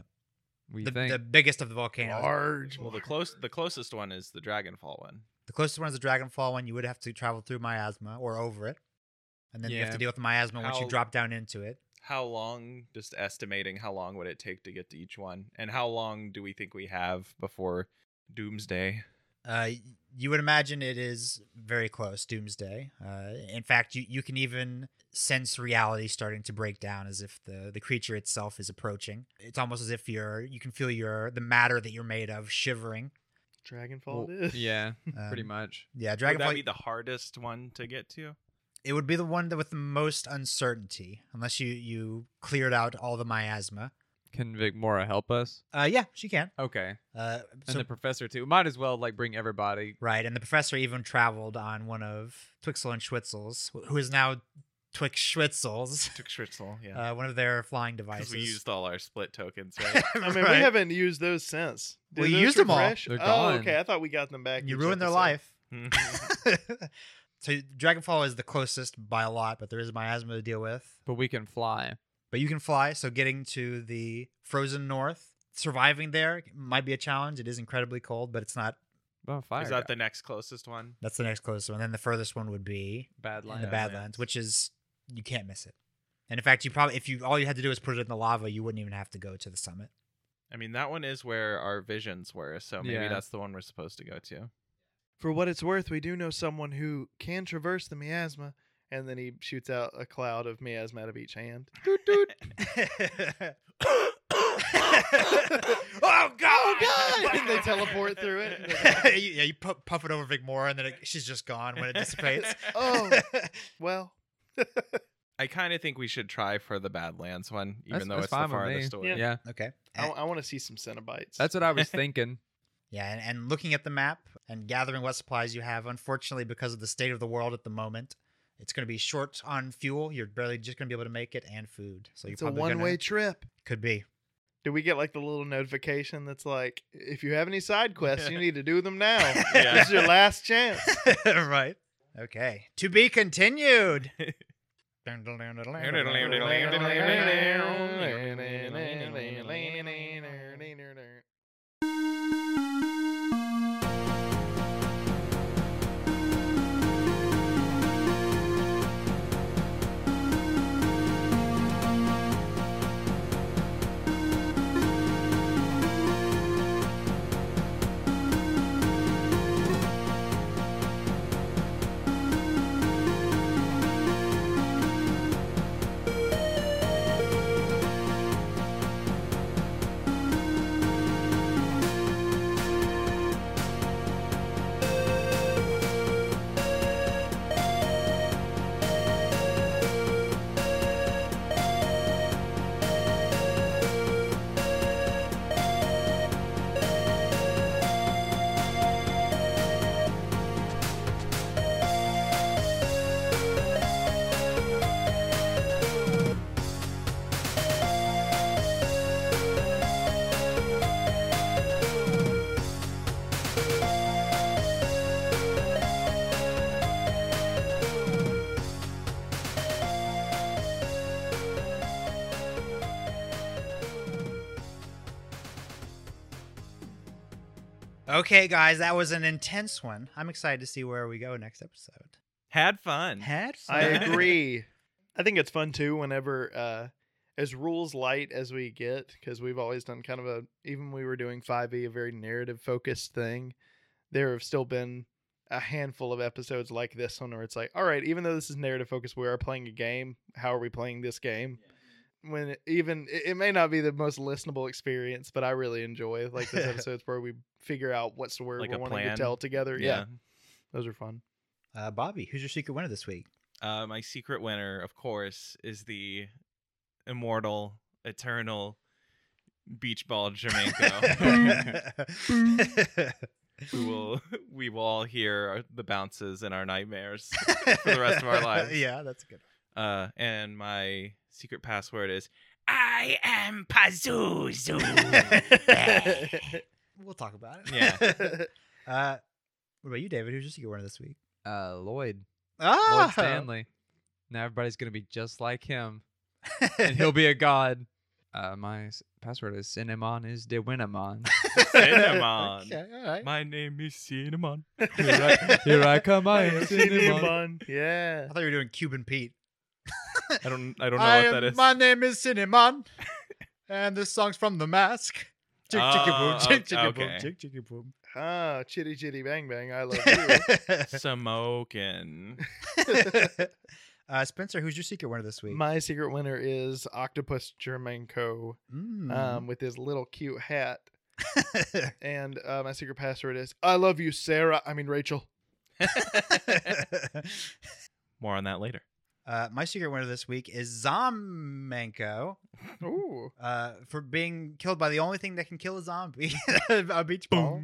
E: We
B: The,
E: think
B: the biggest of the volcanoes.
D: Large.
C: Well, the close the closest one is the Dragonfall one.
B: The closest one is the Dragonfall one. You would have to travel through miasma or over it. And then you have
E: Yeah.
B: to deal with miasma once you
C: How-
B: drop down into it.
C: How long? Just estimating how long would it take to get to each one, and how long do we think we have before Doomsday?
B: Uh, y- you would imagine it is very close, Doomsday. Uh, in fact, you, you can even sense reality starting to break down as if the, the creature itself is approaching. It's almost as if you're you can feel your the matter that you're made of shivering.
D: Dragonfall
E: Well,
D: it is.
E: yeah, [laughs]
B: Um,
E: pretty much.
B: Yeah,
C: Would that
B: Dragonfly.
C: be the hardest one to get to?
B: It would be the one that with the most uncertainty, unless you you cleared out all the miasma.
E: Can Vic Mora help us?
B: Uh, yeah, she can.
E: Okay.
B: Uh,
E: And
B: so-
E: the professor too. Might as well like bring everybody.
B: right, and the professor even traveled on one of Twixel and Schwitzel's, wh- who is now Twix Schwitzel's,
C: Took Schritzel, yeah.
B: uh, one of their flying
C: 'Cause
B: devices.
C: we used all our split tokens, [laughs] right?
D: I mean, we
B: Right.
D: haven't used those since.
B: We
D: those
B: used 'em all.
D: refresh?
E: They're
D: oh,
E: gone.
D: okay. I thought we got them back.
B: you
D: each
B: ruined their
D: episode.
B: life. [laughs]
C: Mhm.
B: so Dragonfall is the closest by a lot, but there is miasma to deal with.
E: But we can fly.
B: But you can fly, so getting to the frozen north, surviving there might be a challenge. It is incredibly cold, but it's not.
E: Oh, fire.
C: Is that the next closest one?
B: That's the next closest one. Then the furthest one would be in
E: Badlands?
B: the
C: Badlands.
B: Badlands, which is you can't miss it. And in fact, you probably if you all you had to do was put it in the lava, you wouldn't even have to go to the [laughs] summit.
C: I mean, that one is where our visions were, so maybe
E: Yeah.
C: that's the one we're supposed to go to.
D: For what it's worth, we do know someone who can traverse the miasma, and then he shoots out a cloud of miasma out of
E: [laughs]
D: each hand.
B: [laughs] oh God! [laughs]
D: [laughs] and
B: Oh,
D: they teleport through it. and they're
B: yeah, you pu- puff it over Vic Mora, and then it, she's just gone when it [laughs] dissipates.
D: like, Oh, well.
C: I kind of think we should try for the Badlands one,
E: That's-
C: even though
E: that's
C: it's the
E: fine with me.
C: farthest away.
D: Yeah.
E: Yeah.
B: okay.
D: I, want to see some Cenobites.
E: That's what I was thinking.
B: Yeah, and, and looking at the map and gathering what supplies you have, unfortunately, because of the state of the world at the moment, it's going to be short on fuel. You're barely just going to be able to make it and food. So you
D: it's a one-way trip.
B: Could be.
D: Do we get like the little notification that's like, if you have any side quests, you need to do them now. This is your last chance.
B: [laughs] right. Okay. To be
C: [laughs]
B: continued. okay, guys, that was an intense one. I'm excited to see where we go next episode.
C: Had fun.
B: Had fun.
C: [laughs]
D: I agree. I think it's fun too whenever uh as rules light as we get because we've always done kind of a even when we were doing 5e a very narrative focused thing there have still been a handful of episodes like this one where it's like all right even though this is narrative focused we are playing a game how are we playing this game when it- even it it may not be the most listenable experience but i really enjoy like
C: [laughs]
D: those episodes where we figure out what's the word
C: Like
D: we're
C: a
D: wanting
C: plan.
D: to tell together yeah. those are fun
B: [laughs] Uh, Bobby, who's your secret winner this week?
C: Uh, my secret winner, of course, is the immortal, eternal beach
B: [laughs]
C: ball [laughs] Jamaica. we will [laughs] we will all hear our- the bounces in our nightmares. the rest of our lives.
B: [laughs] yeah, that's good.
C: Uh, and my secret password is
F: I am Pazuzu.
B: [laughs] we'll talk about it. [laughs]
C: Yeah.
B: uh, what about you, David? Who's your secret winner this week?
E: Uh, Lloyd.
B: Ah, [laughs]
E: Lloyd Stanley. Now everybody's gonna be just like him, and
B: [laughs]
E: he'll be a god. Uh, my s- password is Cinnamon is de
B: [laughs]
E: Winamon.
C: cinnamon.
B: Ah! Okay, all right.
C: My name is
B: [laughs]
C: cinnamon.
E: Here I, here I come, I am
D: [laughs]
E: Cinnamon.
D: Cinnamon. Yeah.
B: I thought you were doing Cuban Pete.
C: I don't I don't know
B: I
C: what
B: am-
C: that
B: [laughs]
C: is.
B: My name is [laughs] Cinnamon, and this song's from The Mask. Chick chicka boom,
C: Oh,
B: chick
C: o-
B: chicka
C: okay.
B: boom, chick chicka boom.
D: Ah, chitty chitty bang bang. I love
B: [laughs]
D: you.
C: Smoking.
B: [laughs] uh, Spencer, who's your secret winner this week?
D: My secret winner is Octopus Germanco
B: Mm.
D: um, with his little cute hat. And uh, my secret [laughs] password is I love you, Sarah. I mean, Rachel.
C: More on that later.
B: [laughs]
C: [laughs]
B: Uh, my secret winner this week is Zomanko
D: Ooh.
B: uh, for being killed by the only thing that can kill a zombie [laughs] a beach ball.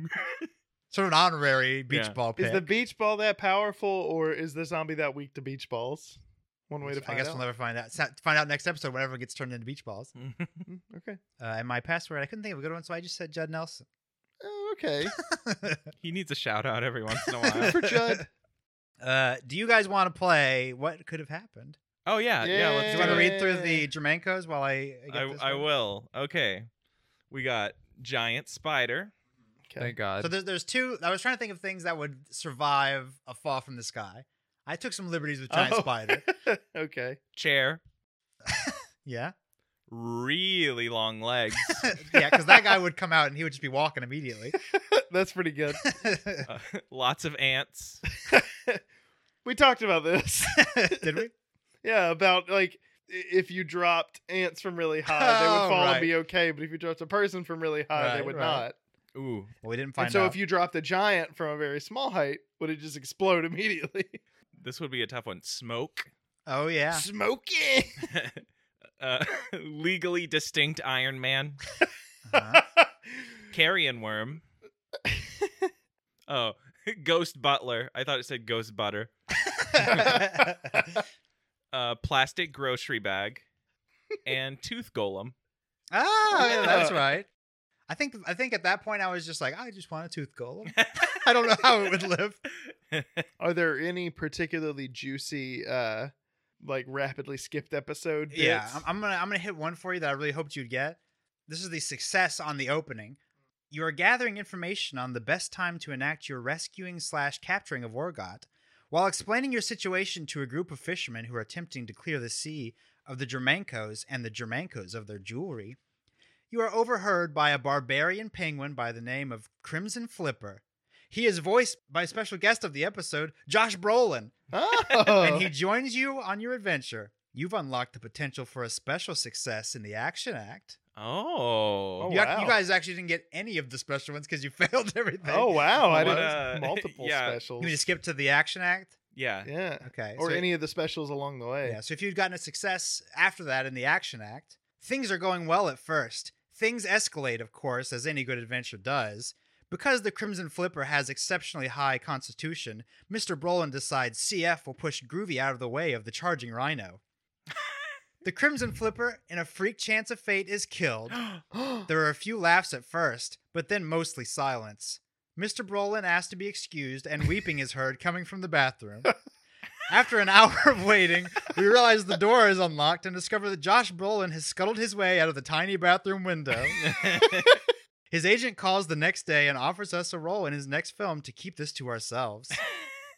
B: Sort of an honorary beach
C: Yeah.
B: ball pick.
D: Is the beach ball that powerful, or is the zombie that weak to beach balls? One way to
B: I
D: find
B: guess
D: out.
B: we'll never find out. Sa- Find out next episode whenever it gets turned into beach balls.
D: Mm, okay.
B: Uh, and my password, I couldn't think of a good one, so I just said Judd Nelson. [laughs]
D: Oh, okay.
C: he needs a shout out every once in a
D: Good
B: [laughs]
C: while.
D: for Judd.
B: Uh, do you guys want to play what could have happened?
C: Oh yeah, yeah.
B: Do
C: Let's
B: you
C: do
B: want to
C: it.
B: read through
D: Yeah.
B: the Jermancos while I I, get this
C: I, I
B: one?
C: will. Okay, we got giant spider.
D: Okay.
E: Thank God.
B: So there's, there's two. I was trying to think of things that would survive a fall from the sky. I took some liberties with giant
D: Oh. [laughs]
B: spider.
D: okay.
C: chair,
B: Yeah, [laughs]
C: really long legs,
B: yeah, because that guy would come out and he would just be walking immediately. [laughs]
D: That's pretty good.
C: uh, [laughs] lots of ants.
D: we talked about this.
B: Did we?
D: yeah, about like i- if you dropped ants from really high, they would
B: Oh,
D: fall
B: right.
D: and be okay. But if you dropped a person from really high, they
B: Right,
D: would
B: right.
D: not.
C: Ooh,
B: Well, we didn't find
D: and so
B: out.
D: if you dropped a giant from a very small height, would it just explode [laughs] immediately?
C: this would be a tough one. Smoke, [laughs]
B: oh yeah,
D: Smoking.
C: uh, [laughs] legally distinct Iron Man,
D: [laughs]
B: Uh-huh. [laughs]
C: carrion worm. Oh, [laughs] ghost butler. I thought it said ghost butter. Uh, plastic grocery bag, and tooth golem.
B: oh yeah, that's
D: Yeah.
B: right. I think I think at that point I was just like, I just want a tooth golem. [laughs] I don't know how it would live.
D: Are there any particularly juicy, uh, like rapidly skipped episode? Bits?
B: Yeah, I'm, I'm gonna I'm gonna hit one for you that I really hoped you'd get. This is the success on the opening. You are gathering information on the best time to enact your rescuing slash capturing of Orgot, while explaining your situation to a group of fishermen who are attempting to clear the sea of the Germancos and the Germancos of their jewelry. You are overheard by a barbarian penguin by the name of Crimson Flipper. He is voiced by special guest of the episode, Josh Brolin [laughs]
D: Oh.
B: and he joins you on your adventure. You've unlocked the potential for a special success in the Action Act.
C: Oh,
D: Oh,
B: you, ac- you
D: wow.
B: guys actually didn't get any of the special ones because you [laughs] failed everything.
D: [laughs] oh wow! I
C: What,
D: did
C: uh,
D: [laughs] multiple
C: yeah.
D: specials.
B: you just skip to the Action Act.
C: yeah.
D: yeah.
B: Okay.
D: Or
B: so-
D: any of the specials along the way.
B: Yeah. So if you'd gotten a success after that in the Action Act, things are going well at first. Things escalate, of course, as any good adventure does. Because the Crimson Flipper has exceptionally high constitution, Mr. Brolin decides CF will push Groovy out of the way of the charging rhino. the Crimson Flipper, in a freak chance of fate, is killed. There are a few laughs at first, but then mostly silence. Mr. Brolin asks to be excused, and weeping is heard coming from the bathroom. After an hour of waiting, we realize the door is unlocked and discover that Josh Brolin has scuttled his way out of the tiny bathroom window. His agent calls the next day and offers us a role in his next film to keep this to ourselves.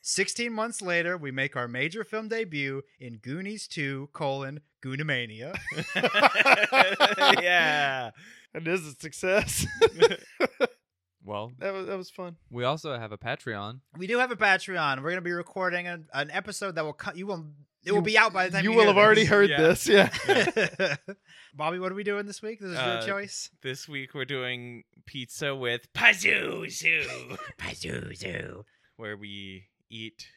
B: 16 months later, we make our major film debut in Goonies 2, colon, Goonamania.
C: [laughs] yeah. [laughs]
D: It is a success. [laughs]
E: well,
D: that was that was fun.
E: we also have a Patreon.
B: We do have a Patreon. We're going to be recording an, an episode that will cut. You will. It will
D: You-
B: be out by the time
D: you
B: you,
D: will have already heard
C: Yeah.
D: this. Yeah.
B: heard. [laughs] Bobby, what are we doing this week? This is
C: Uh,
B: your choice.
C: This week we're doing pizza with Pazuzu,
F: Pazuzu.
C: where we eat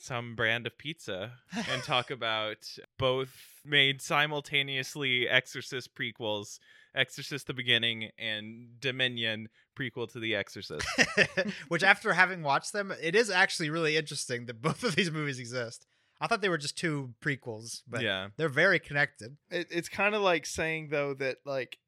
C: some brand of pizza and
D: [laughs]
C: talk about both made simultaneously Exorcist prequels, Exorcist the Beginning and Dominion prequel to The Exorcist.
B: [laughs] Which, after having watched them, it is actually really interesting that both of these movies exist. I thought they were just two prequels, but
C: yeah.
B: they're very connected.
D: It, it's kind of like saying though that like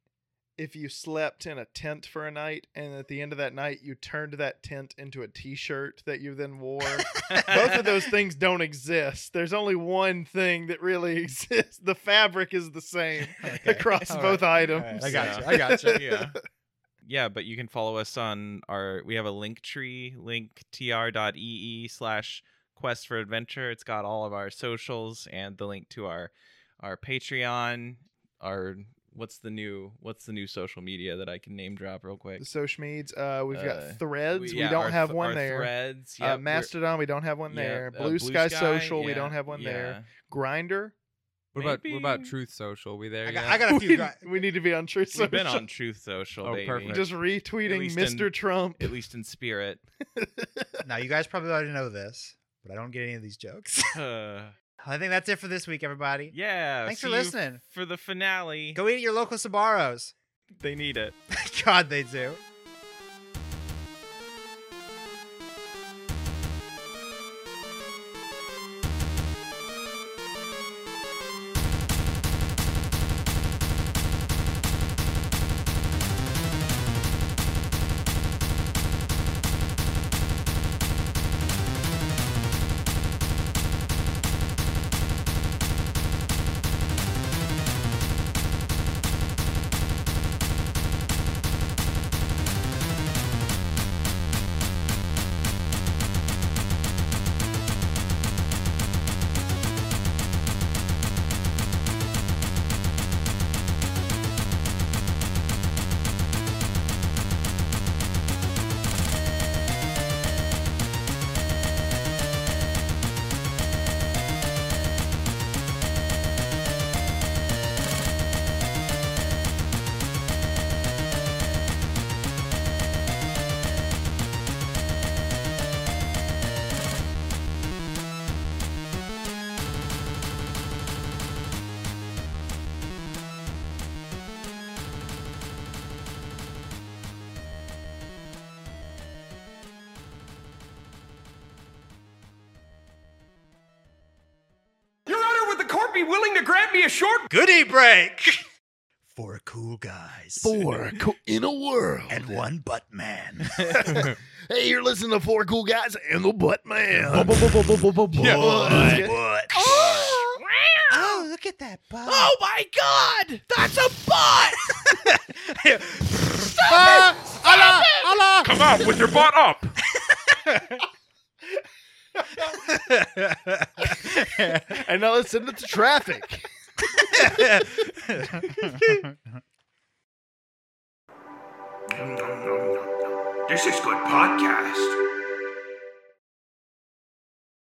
D: if you slept in a tent for a night and at the end of that night you turned that tent into a t-shirt that you then wore. [laughs] Both
C: [laughs]
D: of those [laughs] things don't exist. There's only one thing that really [laughs] exists. The fabric is
C: [laughs]
D: the same
B: Okay.
D: across
B: All right.
D: both
B: All
D: items.
B: right, I got
C: Yeah.
B: you. I got
D: [laughs]
B: you.
C: [laughs] yeah. Yeah, but you can follow us on our we have a link tree, linktr.ee slash quest for adventure. It's got all of our socials and the link to our our Patreon, our what's the new what's the new social media that I can name drop real quick.
D: The social medias, uh, we've
C: Uh,
D: got threads. We,
C: yeah,
D: don't
C: our
D: have
C: th-
D: one
C: our
D: there.
C: Threads,
D: Uh,
C: yep, we're-
D: Mastodon, we don't have one
C: yeah,
D: there.
C: uh,
D: Blue, Sky, Social, we
C: yeah,
D: don't have one there. [laughs]
C: yeah. [laughs]
D: Grinder,
E: What about what about
C: Maybe-
E: Truth Social? We there
B: I
E: yet?
B: got, I got a [laughs] few.
D: [laughs] we,
B: Gri-
D: we need to be on Truth Social.
C: We've been on Truth Social,
E: Oh,
C: baby.
E: perfect.
D: [laughs] just
C: At
D: retweeting
C: least in-
D: Mr. Trump. [laughs]
C: At least in spirit. [laughs]
B: now, you guys probably already know this, but I don't get any of these jokes. [laughs]
C: Uh,
B: I think that's it for this week, everybody.
C: yeah.
B: Thanks
C: see
B: for
C: you
B: listening.
C: For the finale,
B: Go eat at your local Sabaros. [laughs]
C: they need it.
B: God, they do.
G: Your Honor, would the court be willing to grant me a short?
B: Goodie break for cool guys. [laughs]
H: Four cool, in a world.
B: and one butt man. [laughs]
H: [laughs] Hey, you're listening to Four Cool Guys and the Butt Man.
B: Butt.
H: Oh,
B: Oh, look at that butt.
H: oh my God! That's a butt!
B: Ah, Allah, Allah.
G: Come up with your butt up.
D: And now let's send it to traffic.
G: This is good podcast.